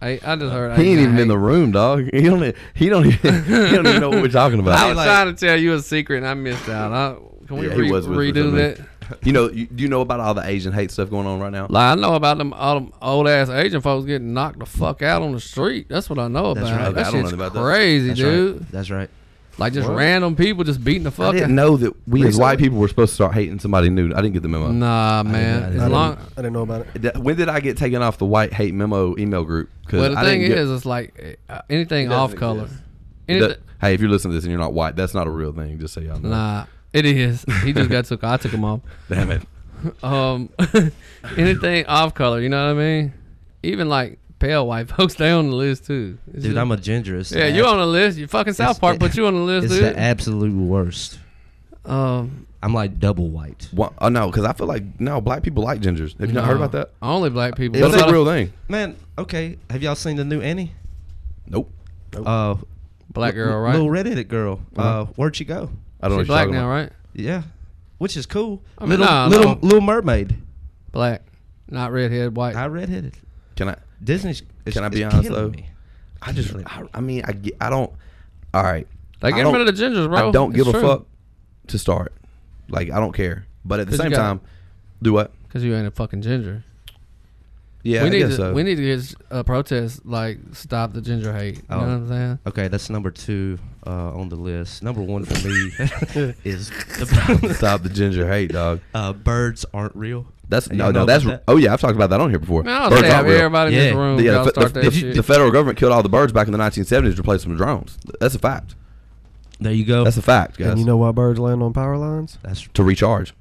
G: I I just heard. I
C: Uh-uh. He ain't even in the
G: room.
C: room, dog. He don't. e- He don't. e- He
G: (laughs)
C: don't even know what we're talking (laughs)
G: I
C: about.
G: was trying to tell you a secret and I missed out. I, can we
C: Yeah, he
G: re-
C: was with us,
G: redo
C: wasn't he?
G: that?
C: You know. You, do you know about all the Asian hate stuff going on right now?
G: Like I know about them all them old ass Asian folks getting knocked the fuck out on the street. That's what I know
F: That's
G: about.
F: right.
G: That
C: I don't know
G: shit's
C: about that.
G: crazy,
F: That's
G: dude.
F: right. That's right.
G: Like just random people just beating the
C: I
G: fuck out.
C: didn't know that we as white people were supposed to start hating somebody new. I didn't get the memo.
G: Nah,
F: I
G: man.
F: didn't-
G: As long
E: I didn't know about it.
C: Th- When did I get taken off the white hate memo email group? Because
G: well, the
C: I
G: thing
C: didn't get-
G: is, it's like uh, anything
C: doesn't
G: off color.
C: exist.
G: Anything,
C: Th- hey, if you're listening to this and you're not white, that's not a real thing. Just so y'all know.
G: nah, it is. He just got took. I took him off.
C: Damn it.
G: Um, (laughs) anything off color. You know what I mean? Even like pale white (laughs) folks, they on the list too. It's
F: Dude,
G: just-
F: I'm a ginger. It's
G: Yeah,
F: the
G: you
F: abs-
G: on the list. You fucking South Park
F: the-
G: put you on the list,
F: It's
G: dude.
F: the absolute worst.
G: um,
F: I'm like double white.
C: Wha-
D: uh,
C: oh, no, because I feel like no black people like gingers. Have you not heard
G: No,
C: about that?
G: Only black people.
C: That's
G: What
C: a
G: about-
C: real thing.
F: Man, okay. Have y'all seen the new Annie?
C: Nope.
F: Uh,
G: black girl, right?
F: Little redheaded girl. Uh, where'd she go?
C: I don't
G: She's
C: know. What
G: black
C: you're talking
G: now,
C: about.
G: right?
F: Yeah, which is cool.
G: I mean,
F: little
G: nah,
F: little
G: no.
F: Little Mermaid.
G: Black, not redhead, white.
F: I redheaded.
C: Can I?
F: Disney's. Is,
C: Can I be
F: is
C: honest, though?
F: killing Me.
C: I just. I, I mean, I. get- I don't. All right.
G: like
C: I
G: get
C: don't-
G: rid of the gingers, bro.
C: I don't
G: It's
C: give a
G: true.
C: fuck to start. Like I don't care. But at the
G: 'Cause you
C: same
G: got-
C: time, do what?
G: Cause you ain't a fucking ginger.
C: Yeah,
G: we
C: I
G: need
C: guess
G: to
C: so.
G: we need to get a protest like stop the ginger hate. You know
F: Oh.
G: what I'm saying?
F: Okay, that's number two uh, on the list. Number one for (laughs) me is the,
C: (laughs)
F: (laughs)
C: Stop the ginger hate, dog.
F: uh, birds aren't real.
C: That's
F: Y'all
C: no,
F: know
C: no. That's
F: about that?
C: oh yeah, I've talked about that on here before.
G: Man, I'll
C: Birds
G: say
C: aren't real.
G: everybody in this
F: Yeah.
G: room.
C: Yeah,
G: y'all
C: the, fe-
G: start
C: the,
G: that
C: the-
G: shit.
C: the federal government killed all the birds back in the 1970s, replaced them with drones. That's a fact.
F: There Oh. you go.
C: That's a fact, guys.
E: And you know why birds land on power lines?
F: That's
C: to recharge.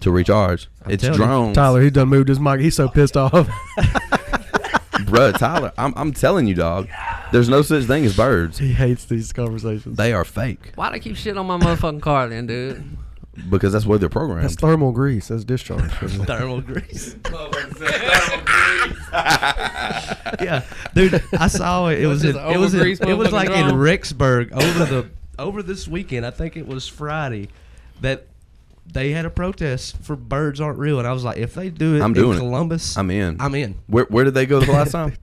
C: To recharge. it's
F: telling you.
C: drones.
E: Tyler, he done moved his mic. He's so pissed off.
C: Bruh, Tyler, I'm, I'm telling you, dog. There's no such thing as birds.
E: he hates these conversations.
C: They are fake
G: Why do I keep shit on my motherfucking car then, dude?
C: because that's where they're programmed.
E: That's thermal grease. That's discharge.
F: thermal grease. yeah, dude, I saw it. It was in,
G: just
F: it was in,
G: overgreased
F: it was
G: motherfucking
F: like in
G: drum?
F: Rexburg over the over this weekend. I think it was Friday that they had a protest for birds aren't real, and I was like, if they do it
C: I'm
F: in
C: doing it.
F: Columbus,
C: I'm in.
F: I'm in.
C: Where, where did they go the last
E: (laughs)
C: time?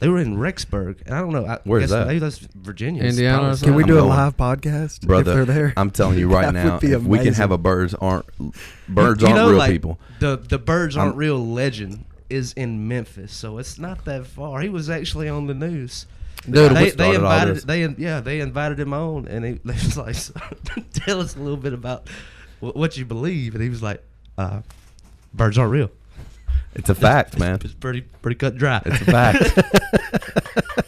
F: They were in Rexburg, and I don't know. I
C: Where's
F: guess
C: that?
F: Maybe that's Virginia, It's
G: Indiana or
F: probably-
G: something?
E: Can we
C: I'm
E: do a
C: going.
E: live podcast
C: Brother,
E: if they're there?
C: I'm telling you right
E: (laughs) That
C: now,
E: would be
C: if we can
E: amazing.
C: have a birds aren't birds
F: You
C: aren't
F: know,
C: real
F: like,
C: people.
F: The the birds aren't
C: I'm-
F: real legend is in Memphis, so it's not that far. He was actually on the news.
C: Dude,
F: they,
C: what started all
F: they invited
C: this?
F: they in- yeah they invited him on, and he, (laughs) they was like, "So, "Tell us a little bit about wh- what you believe," and he was like, uh, "Birds aren't real."
C: It's a fact, man.
F: It's pretty pretty cut dry.
C: It's a
F: (laughs)
C: fact.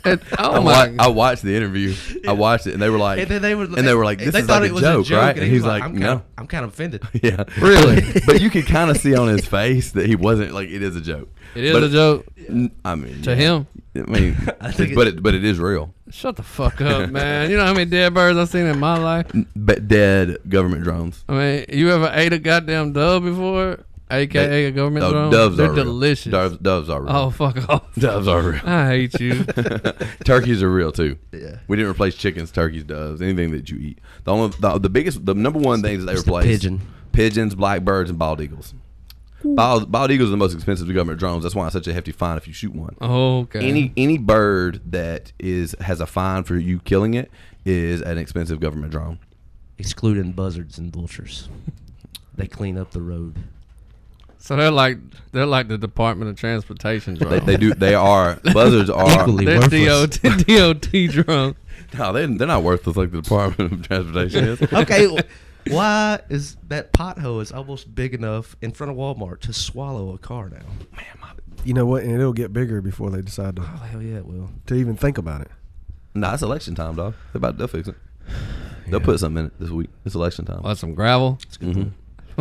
G: It- oh
C: I,
G: my!
C: wa- I watched the interview. I watched it, and they were like,
F: and then they were
C: and they were like, this
F: they
C: is
F: thought
C: like
F: it
C: a,
F: was
C: joke, right?
F: And,
C: And he's like,
F: I'm
C: no,
F: kinda, I'm kind of offended.
C: (laughs) yeah,
G: Really?
C: (laughs) but you could kind of see on his face that he wasn't like, it is a joke.
G: it is
C: But
G: a joke
C: N- I mean,
G: to
C: yeah.
G: him.
C: I mean,
F: think
C: but it, but it is real.
G: Shut the
C: (laughs)
G: fuck up, man. You know how many dead birds I've seen in my life.
C: But dead government drones.
G: I mean, you ever ate a goddamn dove before? AKA a government
C: No,
G: drone.
C: doves
G: They're
C: are real.
G: delicious.
C: Doves, doves are real.
G: Oh fuck off!
C: (laughs) Doves are real.
G: I hate
C: (laughs)
G: you.
C: turkeys are real too.
F: Yeah.
C: We didn't replace chickens, turkeys, doves, anything that you eat. The only the, the biggest, the number one things that they
F: it's the
C: replaced:
F: pigeon.
C: pigeons, blackbirds, and bald eagles. Bald, bald eagles are the most expensive to government drones. That's why it's such a hefty fine if you shoot one.
G: Okay.
C: Any any bird that is has a fine for you killing it is an expensive government drone.
F: excluding buzzards and vultures. They clean up the road.
G: so they're like they're like the Department of Transportation drone.
C: They, they do. They are buzzards are.
F: Equally.
G: They're
F: Worthless.
G: DOT, (laughs) DOT drone.
C: No, they, they're not worthless like the Department of Transportation is. (laughs)
F: Okay, w- why is that pothole is almost big enough in front of Walmart to swallow a car now?
E: you know what? And it'll get bigger before they decide to,
F: Oh hell yeah, it will.
E: to even think about it.
C: Nah, it's election time, dog. They're about they'll fix it. They'll put something in it this week. It's election time.
G: What, some gravel?
C: Mhm.
G: (laughs)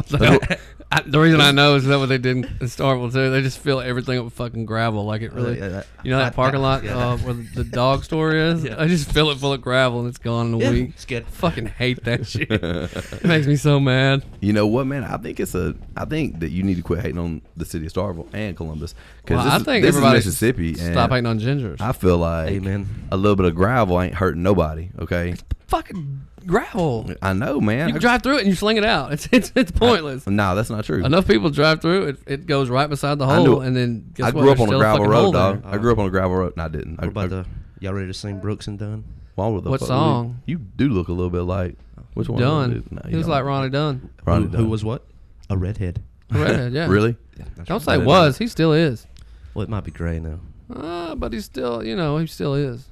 G: I, the reason I know is that what they did in Starville too. They just fill everything up with fucking gravel, like it
C: Oh,
G: really.
F: yeah, that-
G: you know that
F: that-
G: parking lot
F: yeah.
G: uh, where the
C: (laughs)
G: dog store is.
F: Yeah.
G: I just fill it full of gravel and it's gone in a
F: Yeah,
G: week.
F: it's good.
G: Fucking
C: (laughs)
G: hate that shit. it makes me so mad.
C: You know what, man? I think it's a. I think that you need to quit hating on the city of Starville and Columbus because
G: Well, I think
C: this
G: everybody
C: is Mississippi.
G: Stop
C: and
G: hating on gingers.
C: I feel like
F: Amen.
C: a little bit of gravel ain't hurting nobody. Okay,
G: fucking gravel.
C: I know, man.
G: You
C: I-
G: can drive through it and you sling it out. It's it's, it's pointless.
C: no, that's not true.
G: Enough people drive through it. It goes right beside the
C: I knew
G: hole,
C: it.
G: and then guess
C: I
G: what?
C: grew up
G: There's
C: on a
G: still
C: gravel
G: fucking
C: road,
G: hole there.
C: dog. I grew up on a gravel road. No, I didn't. I,
F: What about
C: I,
F: the y'all ready to sing Brooks and Dunn?
C: Why would the
G: What
C: fuck-
G: song?
C: You do look a little bit like which one?
G: Dunn.
C: No,
G: he
C: you
G: was
C: don't.
G: like Ronnie Dunn.
C: Ronnie
F: who, who
C: Dunn.
F: was what? A redhead.
E: (laughs)
G: Redhead, yeah.
C: Really?
G: Don't say was. He still is.
F: Well, it might be gray now.
G: Uh, but he's still, you know, he still is.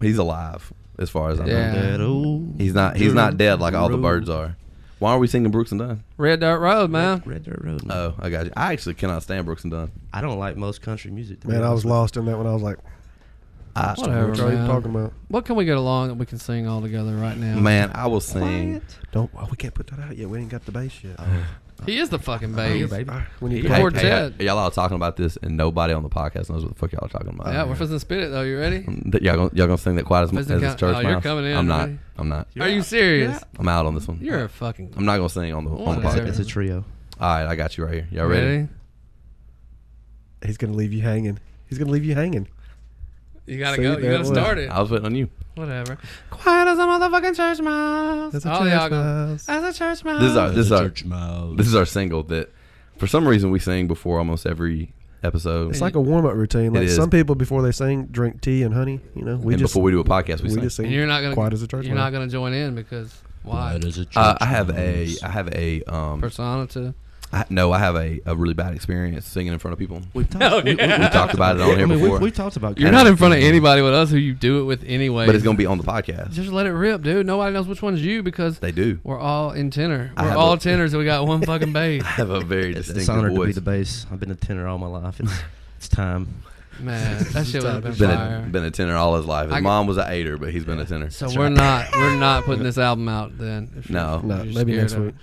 C: He's alive, as far as I
G: Yeah.
C: know.
F: That old
C: He's not. He's not dead like all the
F: road.
C: birds are. Why are we singing Brooks and Dunn?
G: Red Dirt Road, man.
F: Red Dirt Road. man.
C: Oh, I got you. I actually cannot stand Brooks and Dunn.
F: I don't like most country music. to be
E: Man, I was
F: honest
E: lost in that when I was like,
C: I,
E: what are
G: Whatever,
E: you
G: man.
E: talking about?
G: What can we get along that we can sing all together right now?
C: man, I will sing.
E: Don't. Well, we can't put that out yet. We ain't got the bass yet.
G: He is the fucking bass.
F: with you.
E: Ah, we need to
G: Yeah.
E: play.
G: Poor Ted.
C: y'all all talking about this, and nobody on the podcast knows what the fuck y'all are talking about.
G: yeah, we're fizzing spit it though. You ready?
E: Mm,
C: That y'all gonna, y'all gonna sing that quiet as, as
G: Listen,
C: it's
G: Con-
C: church
G: oh, you're
C: mouse?
G: coming in
C: I'm not.
G: already.
C: I'm not.
G: Are you serious?
C: I'm out on this one.
G: You're a fucking.
C: I'm not gonna sing on the on the
G: Whatever.
C: podcast.
F: It's a trio.
C: All right, I got you right here. Y'all ready?
E: He's gonna leave you hanging. He's gonna leave you hanging.
G: You gotta
E: See,
G: go. You
E: there it
G: gotta
E: was.
G: start it.
C: I was waiting on you.
G: Whatever. Quiet as a motherfucking church mouse.
E: That's a
G: All
E: church
G: y'all go,
E: mouse.
G: As a church mouse.
C: This is our this is our
I: mouth.
C: this is our single that for some reason we sing before almost every episode.
E: It's like a warm up routine. Like
C: is.
E: some people before they sing, drink tea and honey. You know, we
C: and
E: just
C: before we do a podcast, we,
E: we
C: sing.
E: just sing.
G: and you're not gonna.
E: quiet as a church.
G: You're
E: mouse.
G: not gonna join in because why?
I: That is a church
C: uh, I have a
I: mouse.
C: I have a um
G: Persona to.
C: I, no I have a, a really bad experience singing in front of people.
F: We've talked,
G: Hell
F: we, we-
G: yeah.
F: we talked
C: Talked about it on
F: I
C: here
F: mean, we,
C: before,
F: we talked about.
G: You're not in front of anybody with us who you do it with anyway.
C: but it's gonna be on the podcast.
G: (laughs) Just let it rip, dude. Nobody knows which one's you because
C: They do.
G: we're all in tenor.
C: I
G: We're
C: have
G: all
C: a-
G: tenors and we got
C: (laughs)
G: one fucking bass.
C: I have a very
F: It's,
C: distinctive
F: it's honored to be
C: voice.
F: the bass. I've been a tenor all my life. It's, it's time.
G: Man, that shit would have been
C: been
G: fire.
C: a, been a tenor all his life. His
G: I-
C: mom was an eighter, but he's been a tenor.
G: so we're not we're
C: (laughs)
G: not putting this album out then. if you're-
C: No.
G: if
E: No,
G: you're
E: maybe
G: scared
E: next
G: of it.
E: week.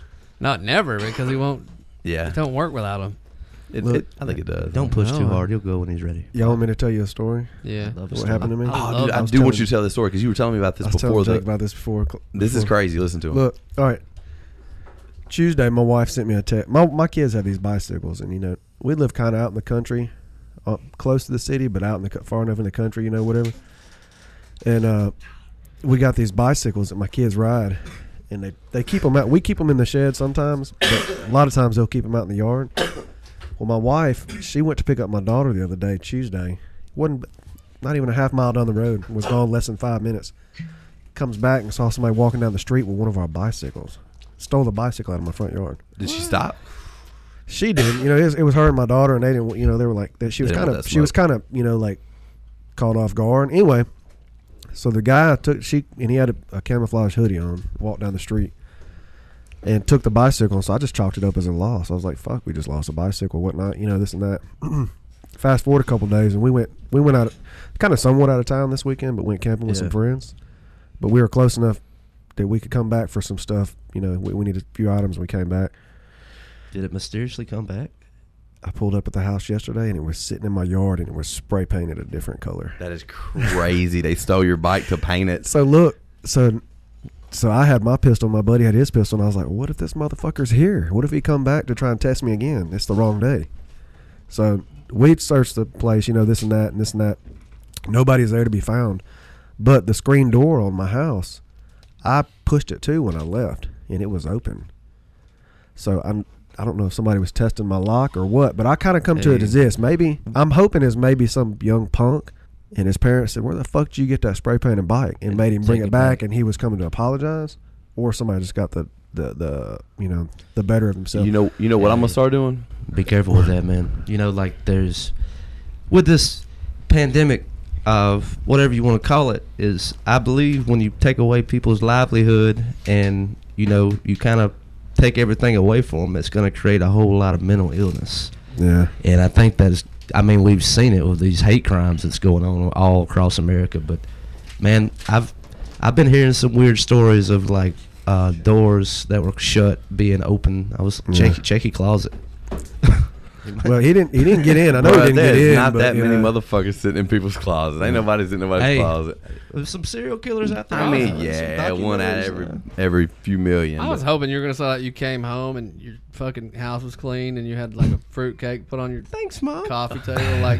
G: Not never because he won't.
C: Yeah,
G: It don't work without him.
C: it,
E: Look,
C: it, I think it does.
F: Don't push too
G: No.
F: hard. He'll go when he's ready.
E: Y'all want me to tell you a story?
G: Yeah.
F: Love
E: What
F: story.
E: happened to me?
C: Oh,
G: love-
C: dude, I,
E: I was
C: do want
E: telling-
C: you to tell this story because you were telling me about this
E: I was telling
C: before.
E: Jake
C: The,
E: about this before. cl-
C: this is
E: before-
C: crazy. Listen to him.
E: Look, all right. Tuesday, my wife sent me a text. My my kids have these bicycles, and you know we live kind of out in the country, uh, close to the city, but out in the cou- far enough in the country, you know, whatever. And uh, we got these bicycles that my kids ride, and they they keep them out. We keep them in the shed sometimes, but a lot of times they'll keep them out in the yard. Well, my wife, she went to pick up my daughter the other day, Tuesday. wasn't not even a half mile down the road. Was gone less than five minutes comes back and saw somebody walking down the street with one of our bicycles. Stole the bicycle out of my front yard.
C: Did she stop?
E: She did. You know, it was, it was her and my daughter, and they didn't. You know, they were like that. She was
C: They didn't
E: kind
C: want
E: of.
C: that
E: She was
C: smoke.
E: kind of. You know, like caught off guard. Anyway, so the guy took she and he had a, a camouflage hoodie on. Walked down the street and took the bicycle. So I just chalked it up as a loss. I was like, "Fuck, we just lost a bicycle, whatnot." You know, this and that. (clears throat) Fast forward a couple days, and we went. We went out, kind of somewhat out of town this weekend, but went camping with some
F: Yeah.
E: friends. But we were close enough that we could come back for some stuff. You know, we, we needed a few items. We came back.
F: Did it mysteriously come back?
E: I pulled up at the house yesterday and it was sitting in my yard and it was spray painted a different color.
C: That is crazy. they stole your bike to paint it.
E: So look, so so I had my pistol, my buddy had his pistol, and I was like, "What if this motherfucker's here? What if he come back to try and test me again? It's the wrong day." So we searched the place, you know, this and that and this and that. Nobody's there to be found, but the screen door on my house, I pushed it to when I left, and it was open. So I'm. I don't know if somebody was testing my lock or what, but I kind of come to it
F: Hey.
E: as this. Maybe I'm hoping is maybe some young punk, and his parents said, "Where the fuck did you get that spray painted bike?" and made him bring
F: Take
E: it
F: it
E: back,
F: back.
E: and he was coming to apologize, or somebody just got the the the you know the better of himself.
C: You know, you know what I'm gonna start doing?
F: Be careful with that, man. You know, like there's with this pandemic of whatever you want to call it is I believe when you take away people's livelihood and you know you kind of take everything away from them, it's going to create a whole lot of mental illness.
C: (laughs)
E: yeah,
F: And I think that's I mean we've seen it with these hate crimes that's going on all across America, but man, I've I've been hearing some weird stories of like uh, doors that were shut being open. I was
E: Yeah.
F: checky checky closet.
E: well he didn't he didn't get in. I know
C: Bruh,
E: he didn't
C: there
E: get
C: is
E: in.
C: not
E: but,
C: that
E: you
C: many
E: know,
C: motherfuckers sitting in people's closets. Ain't nobody sitting in nobody's
F: Hey.
C: closet.
F: There's some serial killers out there.
C: I
F: Some
C: mean, yeah, one out
F: documentaries,
C: of every
F: man.
C: every few million.
G: I
C: but-
G: was hoping you were gonna say that you came home and your fucking house was clean and you had like a fruitcake put on your
F: Thanks, mom.
G: coffee table. Like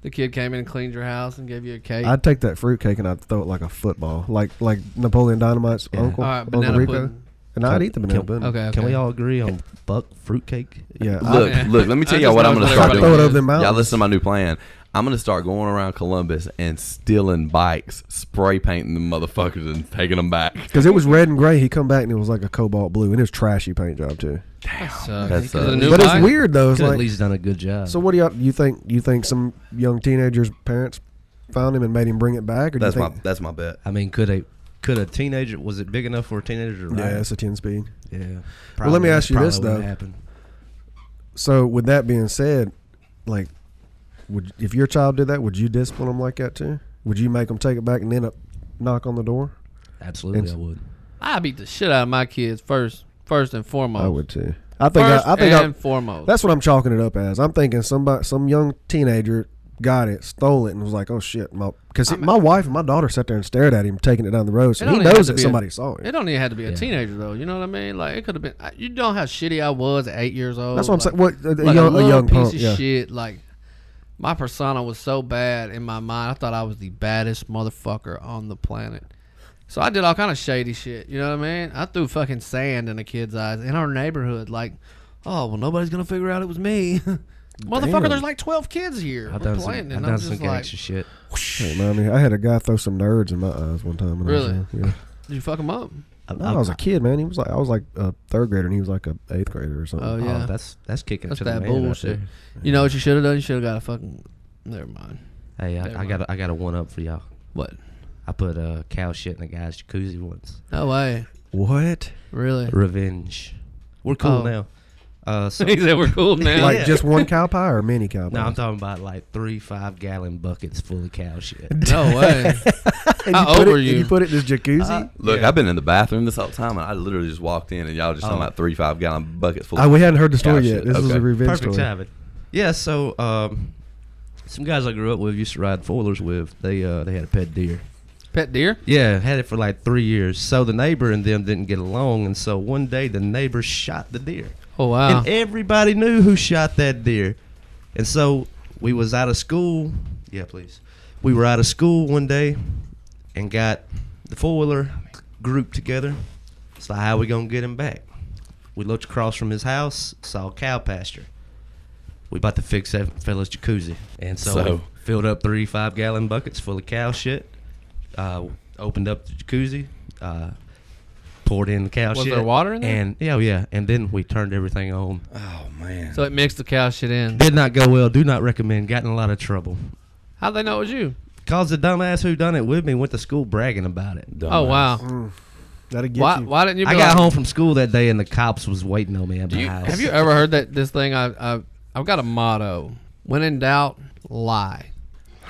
G: the kid came in and cleaned your house and gave you a cake.
E: I'd take that fruit cake and I'd throw it like a football, like like Napoleon Dynamite's uncle,
G: All right, banana
E: Uncle Rico.
G: pudding.
E: And I'd eat the banana
F: Can-
E: pudding.
G: okay, okay.
F: Can we all agree on buck fruitcake?
E: Yeah, I-
C: Look,
G: Okay.
C: look. Let me tell
G: I
C: y'all
G: just
C: what I'm gonna
G: wanna put
C: start
G: everybody
E: Throw it over
C: doing.
E: them mountains.
C: Y'all listen to my new plan. I'm gonna start going around Columbus and stealing bikes, spray painting the motherfuckers, and taking them back.
E: Because it was red and gray. He come back and it was like a cobalt blue, and it was trashy paint job too.
G: That sucks.
C: That
G: Is
C: sucks.
G: it a new
E: uh, But
G: bike?
E: it's weird though. It's
F: Could at
E: like,
F: least done a good job.
E: so what do y'all you think? You think some young teenager's parents found him and made him bring it back, or do you
C: That's my
E: think?
C: that's my bet.
F: I mean, could a could a teenager was it big enough for a teenager to ride?
E: yeah, it's a ten speed.
F: Yeah.
E: Well, let me ask you this,
F: probably wouldn't
E: though.
F: happen.
E: So with that being said, like, would if your child did that, would you discipline them like that too? Would you make them take it back and then up, knock on the door?
F: Absolutely,
E: It's-
F: I would.
G: I beat the shit out of my kids first, first and foremost.
E: I would too. I think
G: First
E: I, I think I,
G: and foremost.
E: That's what I'm chalking it up as. I'm thinking somebody, some young teenager got it, stole it, and was like, "Oh shit!" My because my wife and my daughter sat there and stared at him taking it down the road, so
G: It don't
E: he
G: even have
E: knows
G: to
E: that
G: be a-
E: somebody saw
G: It
E: it.
G: don't even have to be a teenager though. You know what I mean? Like it could have been. I- You know how shitty I was at eight years old.
E: That's what I'm
G: Like,
E: saying. What a, a
G: like
E: young,
G: a,
E: a
G: little
E: young
G: piece
E: punk?
G: of
E: Yeah.
G: shit. Like my persona was so bad in my mind. I thought I was the baddest motherfucker on the planet. So I did all kind of shady shit. You know what I mean? I threw fucking sand in a kid's eyes in our neighborhood. Like, oh well, nobody's gonna figure out it was me. (laughs) Motherfucker,
E: Damn.
G: there's like twelve kids here.
F: I've
G: We're
F: done
G: playing,
F: some, I've
G: and
F: done
G: I'm
F: some
G: just like,
F: gangster shit.
E: Hey, man, I, mean, I had a guy throw some nerds in my eyes one time. When I
G: Really?
E: was, young. yeah.
G: did you fuck them up?
F: I,
E: No, I was a kid, man. He was like, I was like a third grader, and he was like a eighth grader or something.
G: Oh
F: oh,
G: yeah,
F: that's that's kicking
G: that's
F: to the
G: that
F: man right
G: bullshit.
F: there.
G: You know what you should have done? You should have got a fucking. Never mind.
F: Hey, I, I got a, I got a one up for y'all.
G: What?
F: I put uh, cow shit in a guy's jacuzzi once.
G: No way.
E: What?
G: Really?
F: Revenge. We're cool
G: Oh.
F: now. Uh, so,
G: (laughs) he said we're cool now.
E: Like just one cow pie or many cow
F: no,
E: pie?
F: I'm talking about like three five gallon buckets full of cow (laughs) shit.
G: (laughs) no way.
E: and
G: how
E: you put
G: old
E: it,
G: were
E: and
G: you?
E: put it in this jacuzzi.
F: Uh,
C: Look, I've been in the bathroom this whole time, and I literally just walked in, and y'all just talking about three five gallon buckets full.
E: Ah, Oh. we hadn't heard the story
C: Cow
E: yet.
C: shit,
E: This was
C: okay.
E: a revenge
F: Perfect
E: story.
F: timing. Yeah, so um, some guys I grew up with used to ride foilers with. They uh, they had a pet deer.
G: Pet deer?
F: Yeah, had it for like three years. So the neighbor and them didn't get along, and so one day the neighbor shot the deer,
G: Oh wow.
F: and everybody knew who shot that deer. And so we was out of school. Yeah, please. We were out of school one day, and got the foiler group together. So how we gonna get him back? We looked across from his house, saw cow pasture. We about to fix that fella's jacuzzi, and so,
C: So-
F: we filled up three five gallon buckets full of cow shit. Uh, opened up the jacuzzi, uh, poured in the cow
G: Was
F: shit.
G: there water in there?
F: And yeah, oh, yeah. And then we turned everything on.
C: oh man,
G: so it mixed the cow shit in.
F: Did not go well. Do not recommend. Got in a lot of trouble.
G: How'd they know it was you?
F: Cause the dumbass who done it with me went to school bragging about it.
G: Oh wow.
E: That'd get
G: Why,
E: you.
G: why didn't you? Be
F: I got
G: like-
F: home from school that day and the cops was waiting on me at
G: Do
F: my
G: you,
F: house.
G: have you ever heard that this thing? I, I I've got a motto. When in doubt, lie.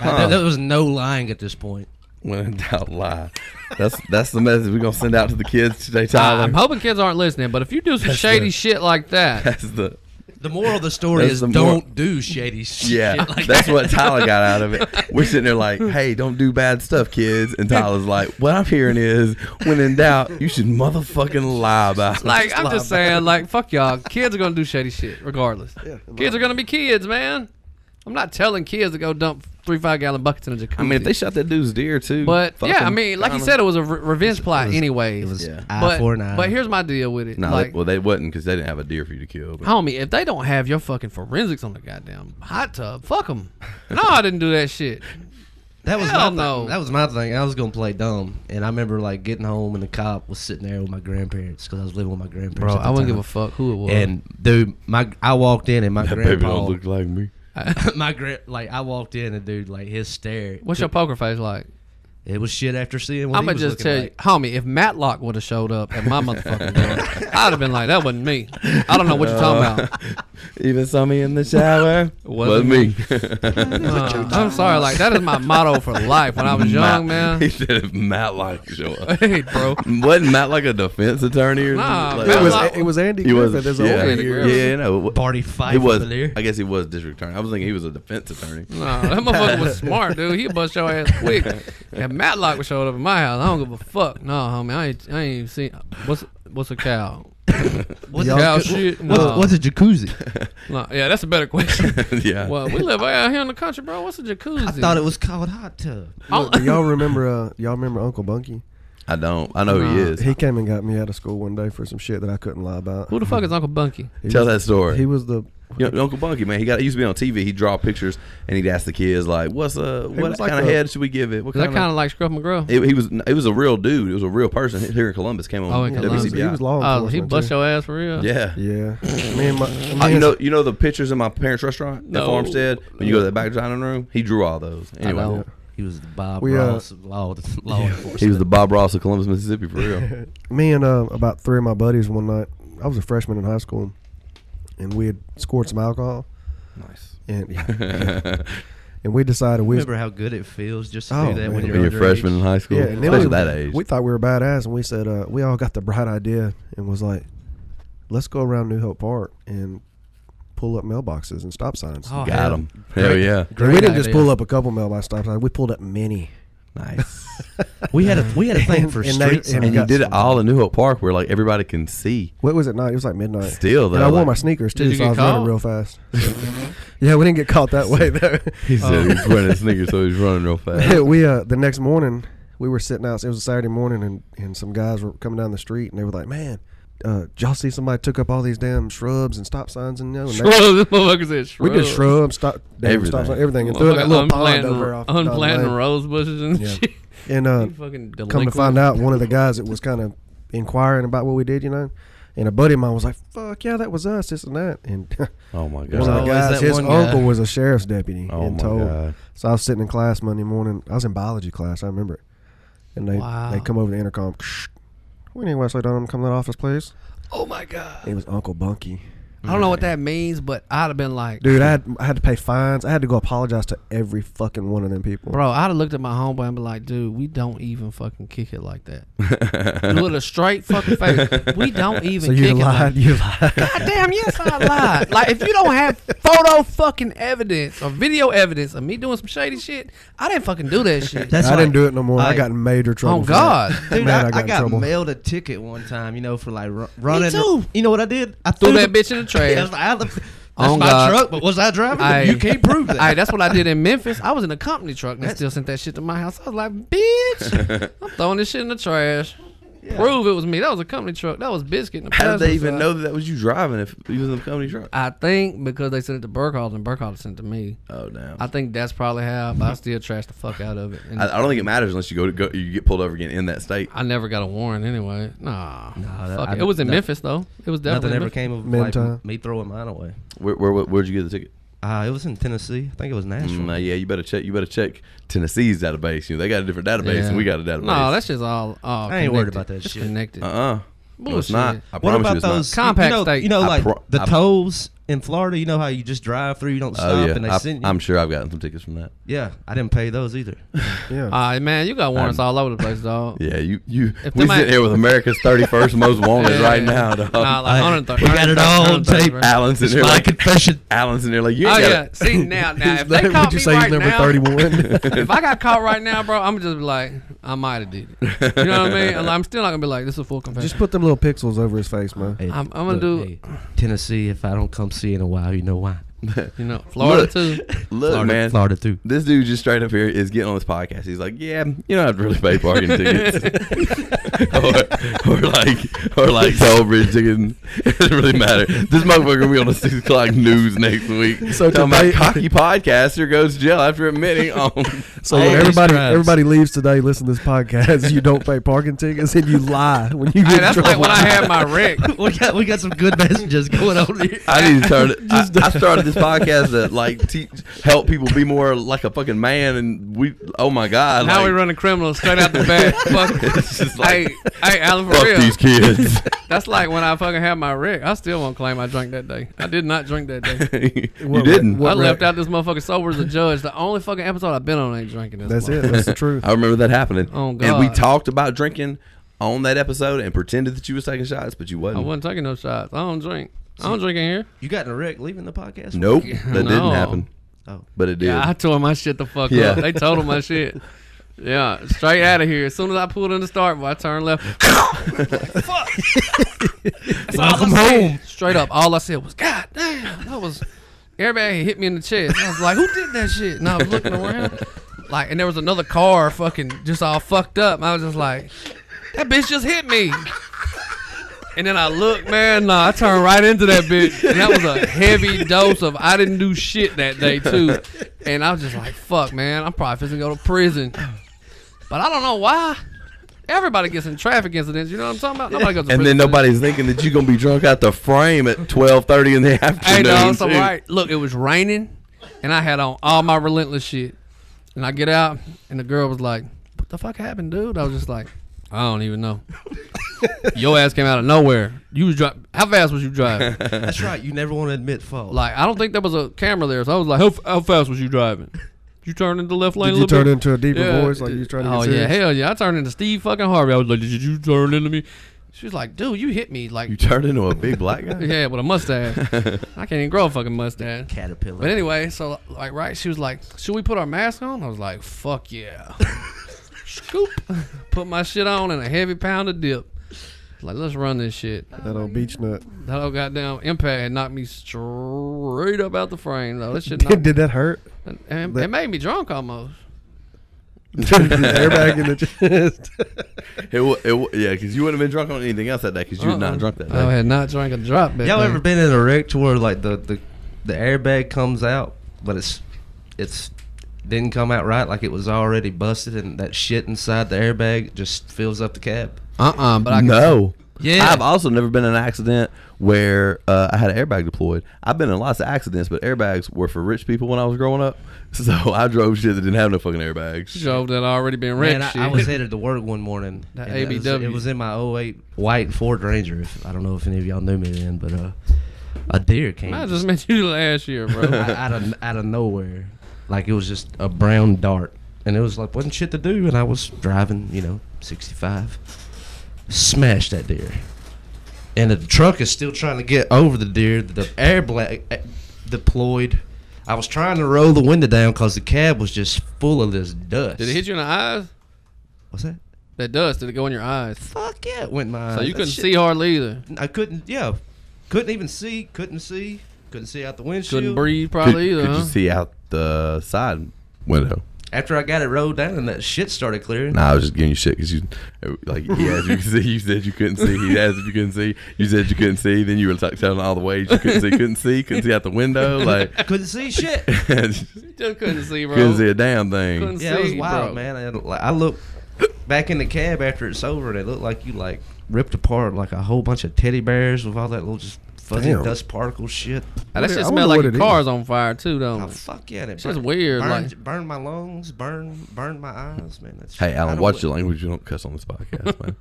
F: I- there, there was no lying at this point.
C: when in doubt, lie. That's that's the message we're gonna send out to the kids today,
G: I-
C: Tyler.
G: I'm hoping Uh, kids aren't listening, but if you do some shady shit like
F: (laughs)
G: that,
C: that's the
F: The moral of the story
C: That's
F: is
C: the moral-
F: don't do shady shit.
C: yeah.
F: like
C: that's what Tyler got out
G: (laughs)
C: of it. We're sitting there like, hey, don't do bad stuff, kids. And Tyler's like, what I'm hearing is, when in doubt, you should motherfucking lie about.
G: (laughs)
C: it.
G: like I'm just saying, like fuck y'all. Kids are gonna do shady shit regardless. kids are gonna be kids, man. I'm not telling kids to go dump three five gallon buckets in a jacuzzi.
C: I mean, if they shot that dude's deer too,
G: But
C: fuck
G: yeah, I
C: 'em.
G: mean, like you
C: Kinda.
G: said, it was a re- revenge plot, anyways.
F: It was
C: Yeah.
F: eye
G: but,
F: for an eye.
G: but here's my deal with it.
C: No,
G: like,
C: they, well, they wouldn't because they didn't have a deer for you to kill. But.
G: homie, if they don't have your fucking forensics on the goddamn hot tub, fuck (laughs) them. no, I didn't do that shit.
F: That was
G: Hell
F: my
G: no.
F: thing. That was my thing. I was gonna play dumb, and I remember like getting home, and the cop was sitting there with my grandparents because I was living with my grandparents.
G: Bro,
F: at the
G: I wouldn't
F: time.
G: give a fuck who it was.
F: And dude, my I walked in and my
C: That baby
F: grandpa,
C: don't look like me.
F: (laughs) my grand, like I walked in and dude, like his stare.
G: What's your poker face like?
F: It was shit after seeing what
G: I'm
F: he
G: gonna
F: was
G: just
F: looking
G: tell
F: like.
G: you, homie, if Matlock would have showed up at my motherfucking
F: (laughs)
G: door, I'd have been like, that wasn't me. I don't know what you're talking
F: Uh,
G: about.
C: Even saw me in the shower.
G: Wasn't Uh, I'm sorry, like that is my motto for life. When
F: (laughs)
G: I was young,
C: Matt- (laughs) He
G: man.
C: said if Matt like show up.
G: (laughs) Hey, bro.
C: Wasn't Matt like a defense attorney or
G: Nah,
C: something?
G: Matt
C: Like,
E: it was
G: Like-
E: it was Andy
C: he was.
E: Griffith as a
C: yeah,
E: whole.
G: Andy
C: yeah,
G: Griffith.
C: yeah, no. it-
F: Barty
C: He
F: Fife
C: was.
F: over there.
C: I guess he was district attorney. I was thinking he was a defense attorney.
G: No, Uh, that motherfucker was smart, dude. He bust your ass quick. If Matlock was showed up at my house, I don't give a fuck. No, homie, I ain't, I ain't even seen. What's what's a cow?
F: What's,
E: Y'all
G: Cow
F: a,
G: shit.
F: what's,
G: No.
F: what's a jacuzzi?
G: No, yeah, that's a better
F: (laughs)
G: question.
C: (laughs) yeah.
G: well, we live out here in the country, bro. What's a jacuzzi? Oh,
F: I thought it was called hot tub.
G: All-
E: (laughs) Do y'all remember? Uh, y'all remember Uncle Bunky?
C: I don't. I know he
G: Nah.
C: is.
E: He came and got me out of school one day for some shit that I couldn't lie about.
G: Who the fuck is Uncle Bunky?
E: He
C: Tell
E: was-
C: that story.
E: He was the
C: You know, Uncle Bunky, man, he got he used to be on TV. He'd draw pictures and he'd ask the kids like, "What's uh, what
E: was like
C: kind of
E: a-
C: head should we give it?" What
G: Is that
C: kind
G: kind
C: of?
G: of like Scruff McGraw?
C: It, he was it was a real dude. It was a real person here in Columbus. Came on
G: Oh, in
E: he was,
G: Columbus.
C: WCBI.
E: he was law
G: Oh,
E: enforcement.
G: he bust
E: too.
G: your ass for real. (laughs)
C: yeah.
E: Yeah, me and my, me
C: Uh, you
E: and-
C: know, you know the pictures in my parents' restaurant,
G: No.
C: the farmstead. When you go to the back dining room, he drew all those. Anyway,
F: I know. He was the Bob
E: We, uh,
F: Ross of law, law enforcement.
C: he was the Bob Ross of Columbus, Mississippi, for real.
E: me and uh, about three of my buddies one night. I was a freshman in high school, and we had scored some alcohol,
C: nice.
E: and
G: (laughs)
E: and we decided we was
F: Remember how good it feels just to
E: Oh,
F: do that
E: man.
F: when you're,
C: When you're
F: underage?
C: freshman in high school,
E: Yeah, and then
C: especially
E: we,
C: that age.
E: we thought we were badass, and we said uh, we all got the bright idea and was like, "Let's go around New Hope Park and pull up mailboxes and stop signs."
G: Oh,
C: Got him. Hell yeah.
E: And we
G: great
E: didn't just
G: idea.
E: pull up a couple mailbox stop signs; we pulled up many.
C: Nice.
F: We had a we had a thing
E: (laughs) And-
F: for
E: and they-
F: street
E: and
F: signs.
E: we
C: and you
E: got
C: did it
E: something.
C: all in New Hope Park, where like everybody can (laughs) see.
E: What was it? Night? It was like midnight.
C: Still,
E: and
C: though,
E: I wore
C: like-
E: my sneakers
G: Did
E: too,
G: you
E: so
G: get
E: I was running
G: caught?
E: real
G: (laughs)
E: fast. yeah, we didn't get caught
C: (laughs)
E: that way though.
C: He said he was running sneakers, so he's running real fast.
E: Yeah, (laughs) we uh the next morning we were sitting out. It was a Saturday morning, and and some guys were coming down the street, and they were like, "Man, uh, did y'all see somebody took up all these damn shrubs and stop signs and you know." And they-
G: Shrubs. This motherfucker said
E: we
G: shrubs.
E: did shrubs, stop, damn
C: Everything.
E: stop signs, everything, and threw it in that little
G: Unplanting-
E: pond over off
G: Unplanting
E: down the lane.
G: rose bushes and
E: Yeah.
G: shit. (laughs)
E: And uh,
G: You fucking
E: come to
G: delinquent.
E: find out, one of the guys that was kind of inquiring about what we did, you know, and a buddy of mine was like, "Fuck yeah, that was us, this and that," and. (laughs)
C: Oh my
E: One of
C: god.
E: the
F: always
E: guys,
F: that
E: his
F: one guy.
E: uncle was a sheriff's deputy
C: Oh
E: and
C: my
E: told.
C: God.
E: So I was sitting in class Monday morning. I was in biology class. I remember it. And they
G: Wow.
E: they come over the intercom. We need Wesley Dunham to come to the office, please.
G: Oh my god.
E: It was Uncle Bunky.
G: I don't know what that means, but I'd have been like,
E: Dude, I had, I had to pay fines. I had to go apologize to every fucking one of them people.
G: Bro, I'd have looked at my homeboy and be like, dude, we don't even fucking kick it like
E: (laughs)
G: that. With a straight fucking face. We don't even
E: so
G: kick it
E: you
G: like
E: lied. You lied.
G: God damn, yes, I lied. Like, if you don't have photo fucking evidence or video evidence of me doing some shady shit, I didn't fucking do that shit.
F: That's
E: I
F: like-
E: didn't do it no more. I
F: like-
E: got in major trouble.
G: Oh,
E: for that.
G: God.
F: Dude,
E: Man,
F: I, I got,
E: in trouble.
F: mailed a ticket one time, you know, for like ru- running.
G: too.
F: You know what I did? I
G: Threw
F: the-
G: that bitch
F: (laughs)
G: in the trash.
F: I was like, I- that's
G: Oh,
F: my
G: God.
F: truck, but was I driving? it?
G: Aye.
F: you can't prove that.
G: Hey, that's what I did in Memphis. I was in a company truck and they still sent that shit to my house. I was like,
F: (laughs)
G: bitch, I'm throwing this shit in the trash. Prove it was me. That was a company truck. That was biscuit. In the
C: How did they
G: passenger
C: even
G: side.
C: know that, that was you driving if you was in the company truck?
G: I think because they sent it to Burkhalter and Burkhalter sent it to me.
C: Oh damn.
G: I think that's probably how. But I still trash the fuck out of it. And
C: I,
G: I,
C: I don't think it matters unless you go to go you get pulled over again in that state.
G: never got a warrant anyway. Nah,
F: that-
G: fuck
F: I-
G: it. it was in
F: no-
G: Memphis though. It was
F: Nothing
G: definitely in
F: ever
G: Memphis.
F: came of
E: Mint
F: like,
E: time.
F: me throwing mine away.
C: Where, where, where would you get the ticket?
F: Uh, it was in Tennessee. I think it was Nashville.
C: Mm, uh, yeah, you better check. You better check Tennessee's database. You know they got a different database,
G: Yeah.
C: and we got a database.
G: No, that's just all. all
F: I ain't worried
G: connected.
F: about that
G: It's
F: shit.
G: Connected.
C: uh uh No, it's
G: Bullshit.
C: not. I
F: What
C: promise
F: about
C: you, it's
F: those
C: not.
G: Compact
F: you know,
G: state.
F: You know,
C: I
F: like
C: pro-
F: the
C: I-
F: tolls in Florida. You know how you just drive through, you don't stop,
C: Oh yeah,
F: and they
C: I,
F: send you.
C: I'm sure I've gotten some tickets from that.
F: yeah, I didn't pay those
G: (laughs)
F: either. Uh,
E: Yeah.
G: All right, man, you got warrants
C: I'm-
G: all over the place, dog.
C: Yeah, you you.
G: If
C: We
G: they might-
C: sit here with America's 31st most wanted
G: Yeah.
C: right now. Dog.
G: Nah, like,
F: I-
G: 130,
F: we got it all on
G: 130,
F: tape.
G: bro.
C: Alan's in there.
F: (laughs) My
C: Like,
F: confession.
C: Alan's in there like you.
G: Oh
C: Ain't
G: yeah.
C: got it.
E: (laughs)
G: See now, now if they
E: Would
G: caught
E: you
G: me
E: say he's
G: right
E: number
G: now,
E: 31?
G: (laughs) if I got caught right now, bro, I'm just be like, I might have did it. You know what I mean? And I'm still not gonna be like, this is a full confession.
E: Just put them little pixels over his face, man.
F: Hey,
G: I'm- I'm gonna do-
F: Tennessee. If I don't come see you in a while, you know
G: (laughs)
F: why.
G: you know, Florida
E: (laughs)
G: too.
C: Look,
F: Florida,
C: man.
F: Florida too.
C: This dude just straight up here is getting on this podcast. He's like, "Yeah, you don't have to really pay parking tickets, or, or like, or like toll bridge tickets. It doesn't really matter. This motherfucker will be on the six o'clock news next week.
E: So
C: So talking about
E: today-
C: cocky podcaster goes to jail after Um, admitting on.
E: So
F: All
E: when
F: these
E: everybody
F: crimes.
E: everybody leaves today, listen to this podcast. You don't pay parking tickets and you lie when you get
G: Hey,
E: in
G: that's
E: trouble.
G: like when I had my wreck.
F: (laughs) we got we got some good messages going on here.
C: I need to turn. It, I, I started this podcast to like teach, help people be more like a fucking man, and we. Oh my god!
G: Now
C: like,
G: we running criminals straight out the
E: (laughs)
G: back.
C: It's
G: Fuck.
C: just like,
G: hey, hey, Alan, for
C: fuck
G: real.
C: these kids. (laughs)
G: That's like when I fucking had my wreck. I still won't claim I drank that day. I did not drink that day.
C: you
E: What-
C: didn't.
E: (laughs) what-
G: I left
E: wreck?
G: out this motherfucker sober as a judge. The only fucking episode I've been on ain't drinking this.
E: (laughs) That's
G: motherfucker.
E: it. That's
G: (laughs)
E: the truth.
C: I remember that happening.
G: Oh,
C: And we
G: God.
C: talked about drinking on that episode and pretended that you was taking shots, but you
G: I
C: wasn't.
G: wasn't taking no shots. I don't drink. I don't drink in here.
F: (laughs) You got in a wreck leaving the podcast.
C: Nope, that
G: No.
C: didn't happen.
F: Oh.
C: But it did.
G: Yeah, I tore my shit the fuck
C: Yeah.
G: up. They told him my shit. Yeah, straight out of here. As soon as I pulled in the start, I turned left. (laughs) Fuck. That's all I
I: Welcome
G: said.
I: home.
G: Straight up, all I said was, "God damn, that was." Everybody hit me in the chest. I was like, "Who did that shit?" And I was looking around, like, and there was another car, fucking, just all fucked up. And I was just like, "That bitch just hit me." And then I looked, man. Nah, I turned right into that bitch, and that was a heavy dose of I didn't do shit that day too. And I was just like, "Fuck, man, I'm probably fixing to go to prison." But I don't know why. Everybody gets in traffic incidents. You know what I'm talking about? Nobody goes to
C: And then
G: prison for that.
C: nobody's thinking that you're gonna be drunk out the frame at twelve thirty in the (laughs) afternoon.
G: Hey, no, it's all
C: too.
G: right. Look, it was raining, and I had on all my relentless shit. And I get out, and the girl was like, "What the fuck happened, dude?" I was just like, "I don't
C: (laughs)
G: even know." Your ass came out of nowhere. You was driving. How fast was
C: (laughs)
G: you driving?
F: That's right. You never want to admit fault.
G: like, I don't think there was a camera there, so I was like, "How, f- how fast was you
E: (laughs)
G: driving?" You turned into left lane.
E: Did
G: a
E: you
G: little
E: turn
G: bit?
E: into a deeper voice like you was trying to
G: Oh
E: get
G: yeah,
E: serious?
G: hell yeah! I turned into Steve fucking Harvey. I was like, "Did you turn into me?" She was like, "Dude, you hit me like
C: You turned into a big black guy.
G: (laughs) yeah with a
E: (laughs)
G: mustache. I can't even grow a fucking mustache."
F: caterpillar.
G: But anyway, so like right, she was like, "Should we put our mask on?" I was like, "Fuck
E: (laughs)
G: yeah!" Scoop, put my shit on and a heavy pound of dip. Like, let's run this shit.
E: That old beach nut. (laughs)
G: That old goddamn impact had knocked me straight up out the frame. Though that shit
E: Did,
G: knocked,
E: did that hurt?
G: and it made me drunk almost.
E: Turned the airbag in the chest.
C: It, wa- it, wa- yeah, because you wouldn't have been drunk on anything else that day because you was
G: Uh-uh.
C: not drunk that
G: I
C: day.
G: had not drank a drop. that
F: Y'all
G: day.
F: ever been in a wreck to where like the, the the airbag comes out, but it's it's didn't come out right, like it was already busted, and that shit inside the airbag just fills up the cab.
G: Uh-uh, but I could-
C: No.
F: Yeah.
C: I've also never been in an accident where uh, I had an airbag deployed. I've been in lots of accidents, but airbags were for rich people when I was growing up. (laughs) So I drove shit that didn't have no fucking airbags.
G: drove that already been wrecked.
F: Man, I,
G: shit.
F: I
G: (laughs)
F: was headed to work one morning.
G: That
F: and it was-
G: ABW.
F: It was in my 08 white Ford Ranger. If, I don't know if any of y'all knew me then, but uh, a deer came
G: I
F: just
G: just met you last
F: (laughs)
G: year, bro.
F: out of out of nowhere, like it was just a brown dart, and it was like wasn't shit to do, and I was driving, you know, 65, smashed that deer, and the truck is still trying to get over the deer. The air black eh, deployed. I was trying to roll the window down because the cab was just full of this dust.
G: Did it hit you in the eyes?
F: What's that?
G: That dust? Did it go in your eyes?
F: Fuck yeah, it went in my.
G: So
F: eyes.
G: you
F: That
G: couldn't
F: shit-
G: see hardly either.
F: I couldn't. Yeah, couldn't even see. Couldn't see. Couldn't see out the windshield.
G: Couldn't breathe
C: Could,
G: probably either.
C: could
G: huh?
C: you see out the side window?
F: After I got it rolled down, and that shit started clearing.
C: Nah, I was just giving you shit because you, like, yeah, as you (laughs) can see, you said you couldn't see. He asked if you couldn't see. You said you couldn't see. Then you were like telling all the ways you couldn't see, couldn't see, couldn't see out the
G: (laughs)
C: window. Like, (laughs)
F: Couldn't see shit.
C: couldn't
G: (laughs) Just couldn't see, bro.
C: see a damn
G: Couldn't
C: thing.
F: Yeah, it was
G: see,
F: wild,
G: bro.
F: man. I, had- like, I looked back in the cab after it's over, and it looked like you like ripped apart like a whole bunch of teddy bears with all that little just fuzzy
E: Damn.
F: dust particle shit.
G: Now, that
E: I
G: shit
E: wonder
G: smelled like
E: what
G: your
E: it
G: car's on fire too, don't
F: Oh,
G: it?
F: fuck yeah! and It
G: Shit's
F: burn-
G: weird,
F: Burned,
G: like-
F: burned my lungs. Burned, burned my eyes, man. That's
C: Hey,
F: I
C: Alan,
F: don't
C: watch
F: bl-
C: your language. You don't cuss on this
G: (laughs)
C: podcast, man.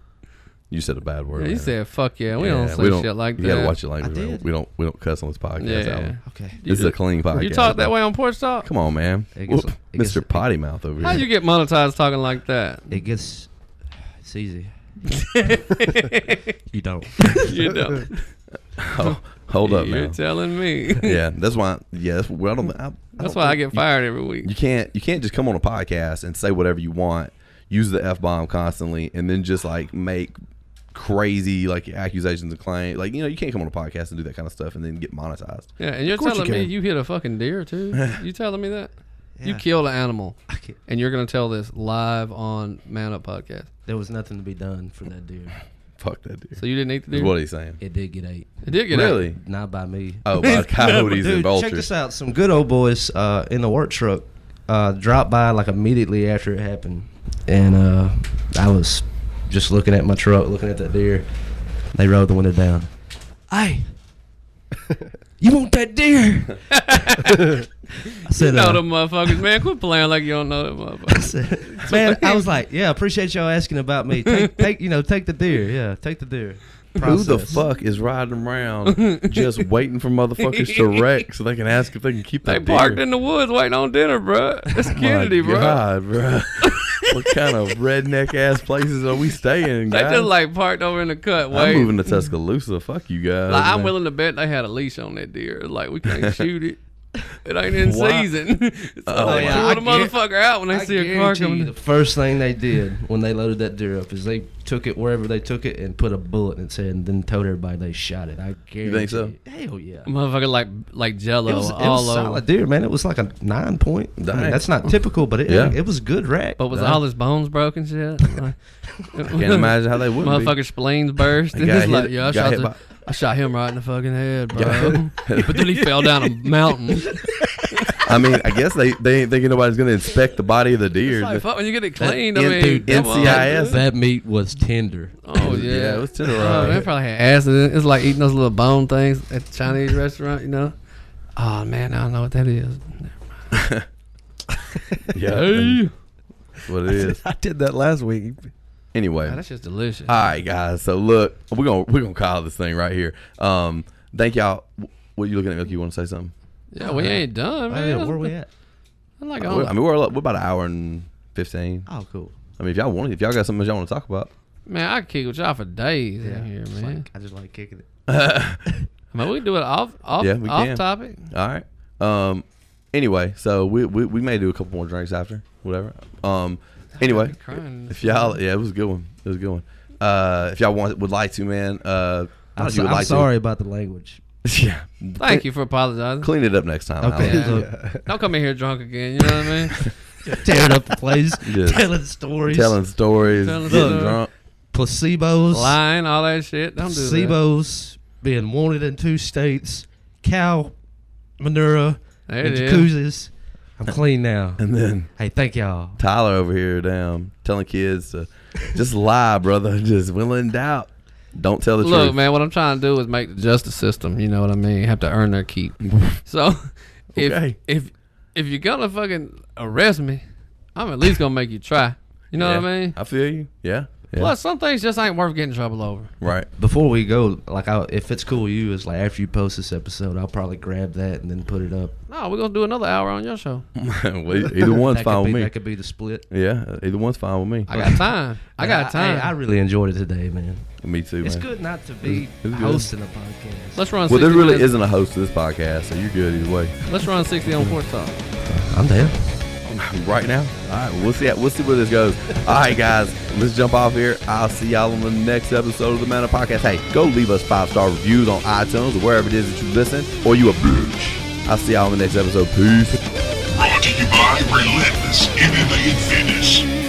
C: You said a bad word.
G: Yeah, you
C: man.
G: said, "Fuck yeah, we
C: Yeah,
G: don't say shit like
C: you
G: that."
C: gotta watch your language. Man.
F: did.
C: We don't. We don't cuss on this podcast.
G: Yeah.
C: Alan.
F: Okay.
C: This is a clean podcast.
G: You talk that way on Porch Talk?
C: Come on, man.
F: It gets-
C: Whoop.
F: it gets-
C: Mr. Potty Mouth over
G: How
C: here.
G: you get monetized talking like that?
F: It gets. (sighs) It's
G: (laughs)
F: easy. you don't.
G: You know,
C: oh, (laughs) hold up,
G: you're
C: man.
G: telling me.
C: (laughs) yeah, that's why. Yeah, that's, well, I don't, I, I
G: That's
C: don't
G: why I
C: think-
G: get
C: you-
G: fired every week.
C: You can't. You can't just come on a podcast and say whatever you want. Use the f bomb constantly, and then just like make crazy like accusations and claims. Like you know, you can't come on a podcast and do that kind of stuff and then get monetized.
G: Yeah, and you're
E: course you
G: telling me
E: can.
G: you hit a fucking deer too. you telling me that? You
F: Yeah.
G: killed an animal,
F: I can't-
G: and you're gonna tell this live on Man Up Podcast.
F: There was nothing to be done for that deer.
C: Fuck that dude.
G: So you didn't eat the
C: Is
G: deer.
C: what he's
G: (laughs)
C: saying.
F: It did get ate.
G: It did get out.
C: really?
F: Not by me.
C: Oh, by coyotes
F: Dude,
C: and vultures.
F: check this out. Some good old boys uh, in the work truck uh, dropped by like immediately after it happened, and uh, I was just looking at my truck, looking at that deer. They rolled the window down. Hey, you want that deer? I
G: You
F: said,
G: know
F: uh,
G: them motherfuckers, man. Quit playing like you don't know them
F: I (laughs)
G: motherfuckers.
F: said, man, I was like, yeah, appreciate y'all asking about me. Take, take you know, take the deer. Yeah, take the deer.
C: Who the
F: Process.
C: fuck is riding
G: (laughs)
C: around just waiting for motherfuckers to wreck so they can ask if they can keep
G: They
C: that deer?
G: parked in the woods waiting on dinner, bro. That's
C: My
G: Kennedy, bro.
C: God,
G: (laughs)
C: bro. what kind of redneck ass places are we staying,
G: They
C: guys?
G: just like parked over in the cut.
C: I'm
G: Wait,
C: moving to Tuscaloosa. Fuck you guys.
G: like, I'm
C: man.
G: willing to bet they had a leash on that deer. Like we can't shoot it. It ain't in
C: Why-
G: season. (laughs) so oh, they
F: yeah,
G: yeah.
F: I
G: a
F: guar-
G: motherfucker out when they
F: I
G: see a car
F: guarantee you
G: coming.
F: the first thing they did when they loaded that deer up is they took it wherever they took it and put a bullet in its head and then told everybody they shot it. I guarantee.
C: think so?
F: it. Hell yeah.
G: Motherfucker like like Jello
F: It was, it
G: all
F: was
G: over.
F: solid deer, man. It was like a nine point. I mean,
C: Dang.
F: that's not typical, but it,
C: Yeah.
F: it was good rack.
G: But was
C: Nah.
G: all his bones
C: (laughs)
G: broken shit? Like,
C: Can't imagine
G: (laughs)
C: how they would
G: Motherfucker's spleens burst. And
C: Got
G: (laughs) it's like,
C: hit-
G: yeah, I
C: got
G: shot,
C: hit
G: the,
C: by-
G: I shot him right in the fucking head, bro. but then (laughs) he fell down
C: (laughs)
G: a mountain.
C: I mean, I guess they, they ain't thinking nobody's going to inspect the body of the deer.
G: It's like, fuck, when you get it cleaned, I
C: N-
G: mean,
C: dude,
G: come on,
C: NCIS.
G: dude.
F: that meat was tender. (laughs)
G: Oh, yeah.
C: yeah, it was tender.
G: Oh, they probably had acid. in it. It's like eating those little bone things at the Chinese restaurant, you know? Oh, man, I don't know what that is.
C: yeah,
G: Hey.
C: that's what it
G: (laughs)
C: is.
E: I did that last week.
C: Anyway,
G: That's just delicious.
C: All right, guys. So look, we're gonna we're gonna call this thing right here. Um, thank y'all. What you looking at? Milky? You want to say something?
G: yeah,
C: uh,
G: we ain't done,
F: Oh,
G: man.
F: yeah, where we at?
G: I'm like,
C: We're-
G: oh,
C: I mean, we're, we're about an hour and fifteen.
F: Oh, cool.
C: I mean, if y'all want, if y'all got something y'all want to talk about,
G: man, I could kick with y'all for days in here,
F: It's
G: man.
F: like- I just like kicking it.
G: I mean, we can do it off, off,
C: Yeah, we
G: off
C: can. Uh,
G: topic.
C: all right. Um, anyway, so we we, we may do a couple more drinks after whatever. Um, anyway,
G: I'm crying.
C: if y'all, yeah, it was a good one. It was a good one. Uh, if y'all want would like to, man. Uh,
F: I'm,
C: not
F: so-
C: you would
F: I'm
C: like
F: sorry about the language.
C: To. yeah.
G: Thank you for apologizing.
C: Clean it up next time.
F: Okay,
C: Alan.
G: Yeah.
F: look, (laughs)
G: Don't come in here drunk again. You know what I
C: (laughs)
G: mean?
F: uh, tearing up the place,
C: Just
F: telling stories,
C: Telling stories,
G: Telling
C: getting
G: stories.
C: drunk.
F: placebos,
G: Lying, all that shit. Don't do that.
F: placebos, being wanted in two states, cow manure,
G: There
F: and
G: it is.
F: jacuzzis. I'm clean now.
C: And then
F: Hey, thank y'all.
C: Tyler over here, damn, telling kids to just lie, brother. (laughs) Just when in doubt, don't tell the
G: Look,
C: truth.
G: man, what I'm trying to do is make the justice system. You know what I mean? Have to earn
C: (laughs)
G: their keep. So, if
C: Okay.
G: if if you're gonna fucking arrest me, I'm at least gonna make you try. You know what I mean?
C: I feel you. Yeah. yeah.
G: Plus, some things just ain't worth getting in trouble over.
C: right. (laughs)
F: Before we go, like, I, if it's cool with you, is like after you post this episode, I'll probably grab that and then put it up.
G: No, we're gonna do another hour on your show.
F: (laughs)
C: well, e-, either one's
F: That could,
C: fine
F: be,
C: with me.
F: that could be the split.
C: Yeah, either one's fine with me. (laughs)
G: I got time. I got
F: Hey,
G: time.
F: I really enjoyed it today, man.
C: me too,
F: It's
C: man.
F: good not to be
C: It was good.
F: hosting a podcast.
G: Let's run.
C: Well, there
G: 60
C: really
G: minutes.
C: isn't a host to this podcast, so you're good either way.
G: Let's run 60 on Fort Talk.
F: I'm down.
C: Right now, all right. We'll see. We'll see where this goes. All right, guys, let's jump off here. I'll see y'all on the next episode of the Man Up Podcast. Hey, go leave us five star reviews on iTunes or wherever it is that you listen, or you a bitch. I'll see y'all on the next episode. Peace.
A: Brought to you by Relentless MMA and Fitness.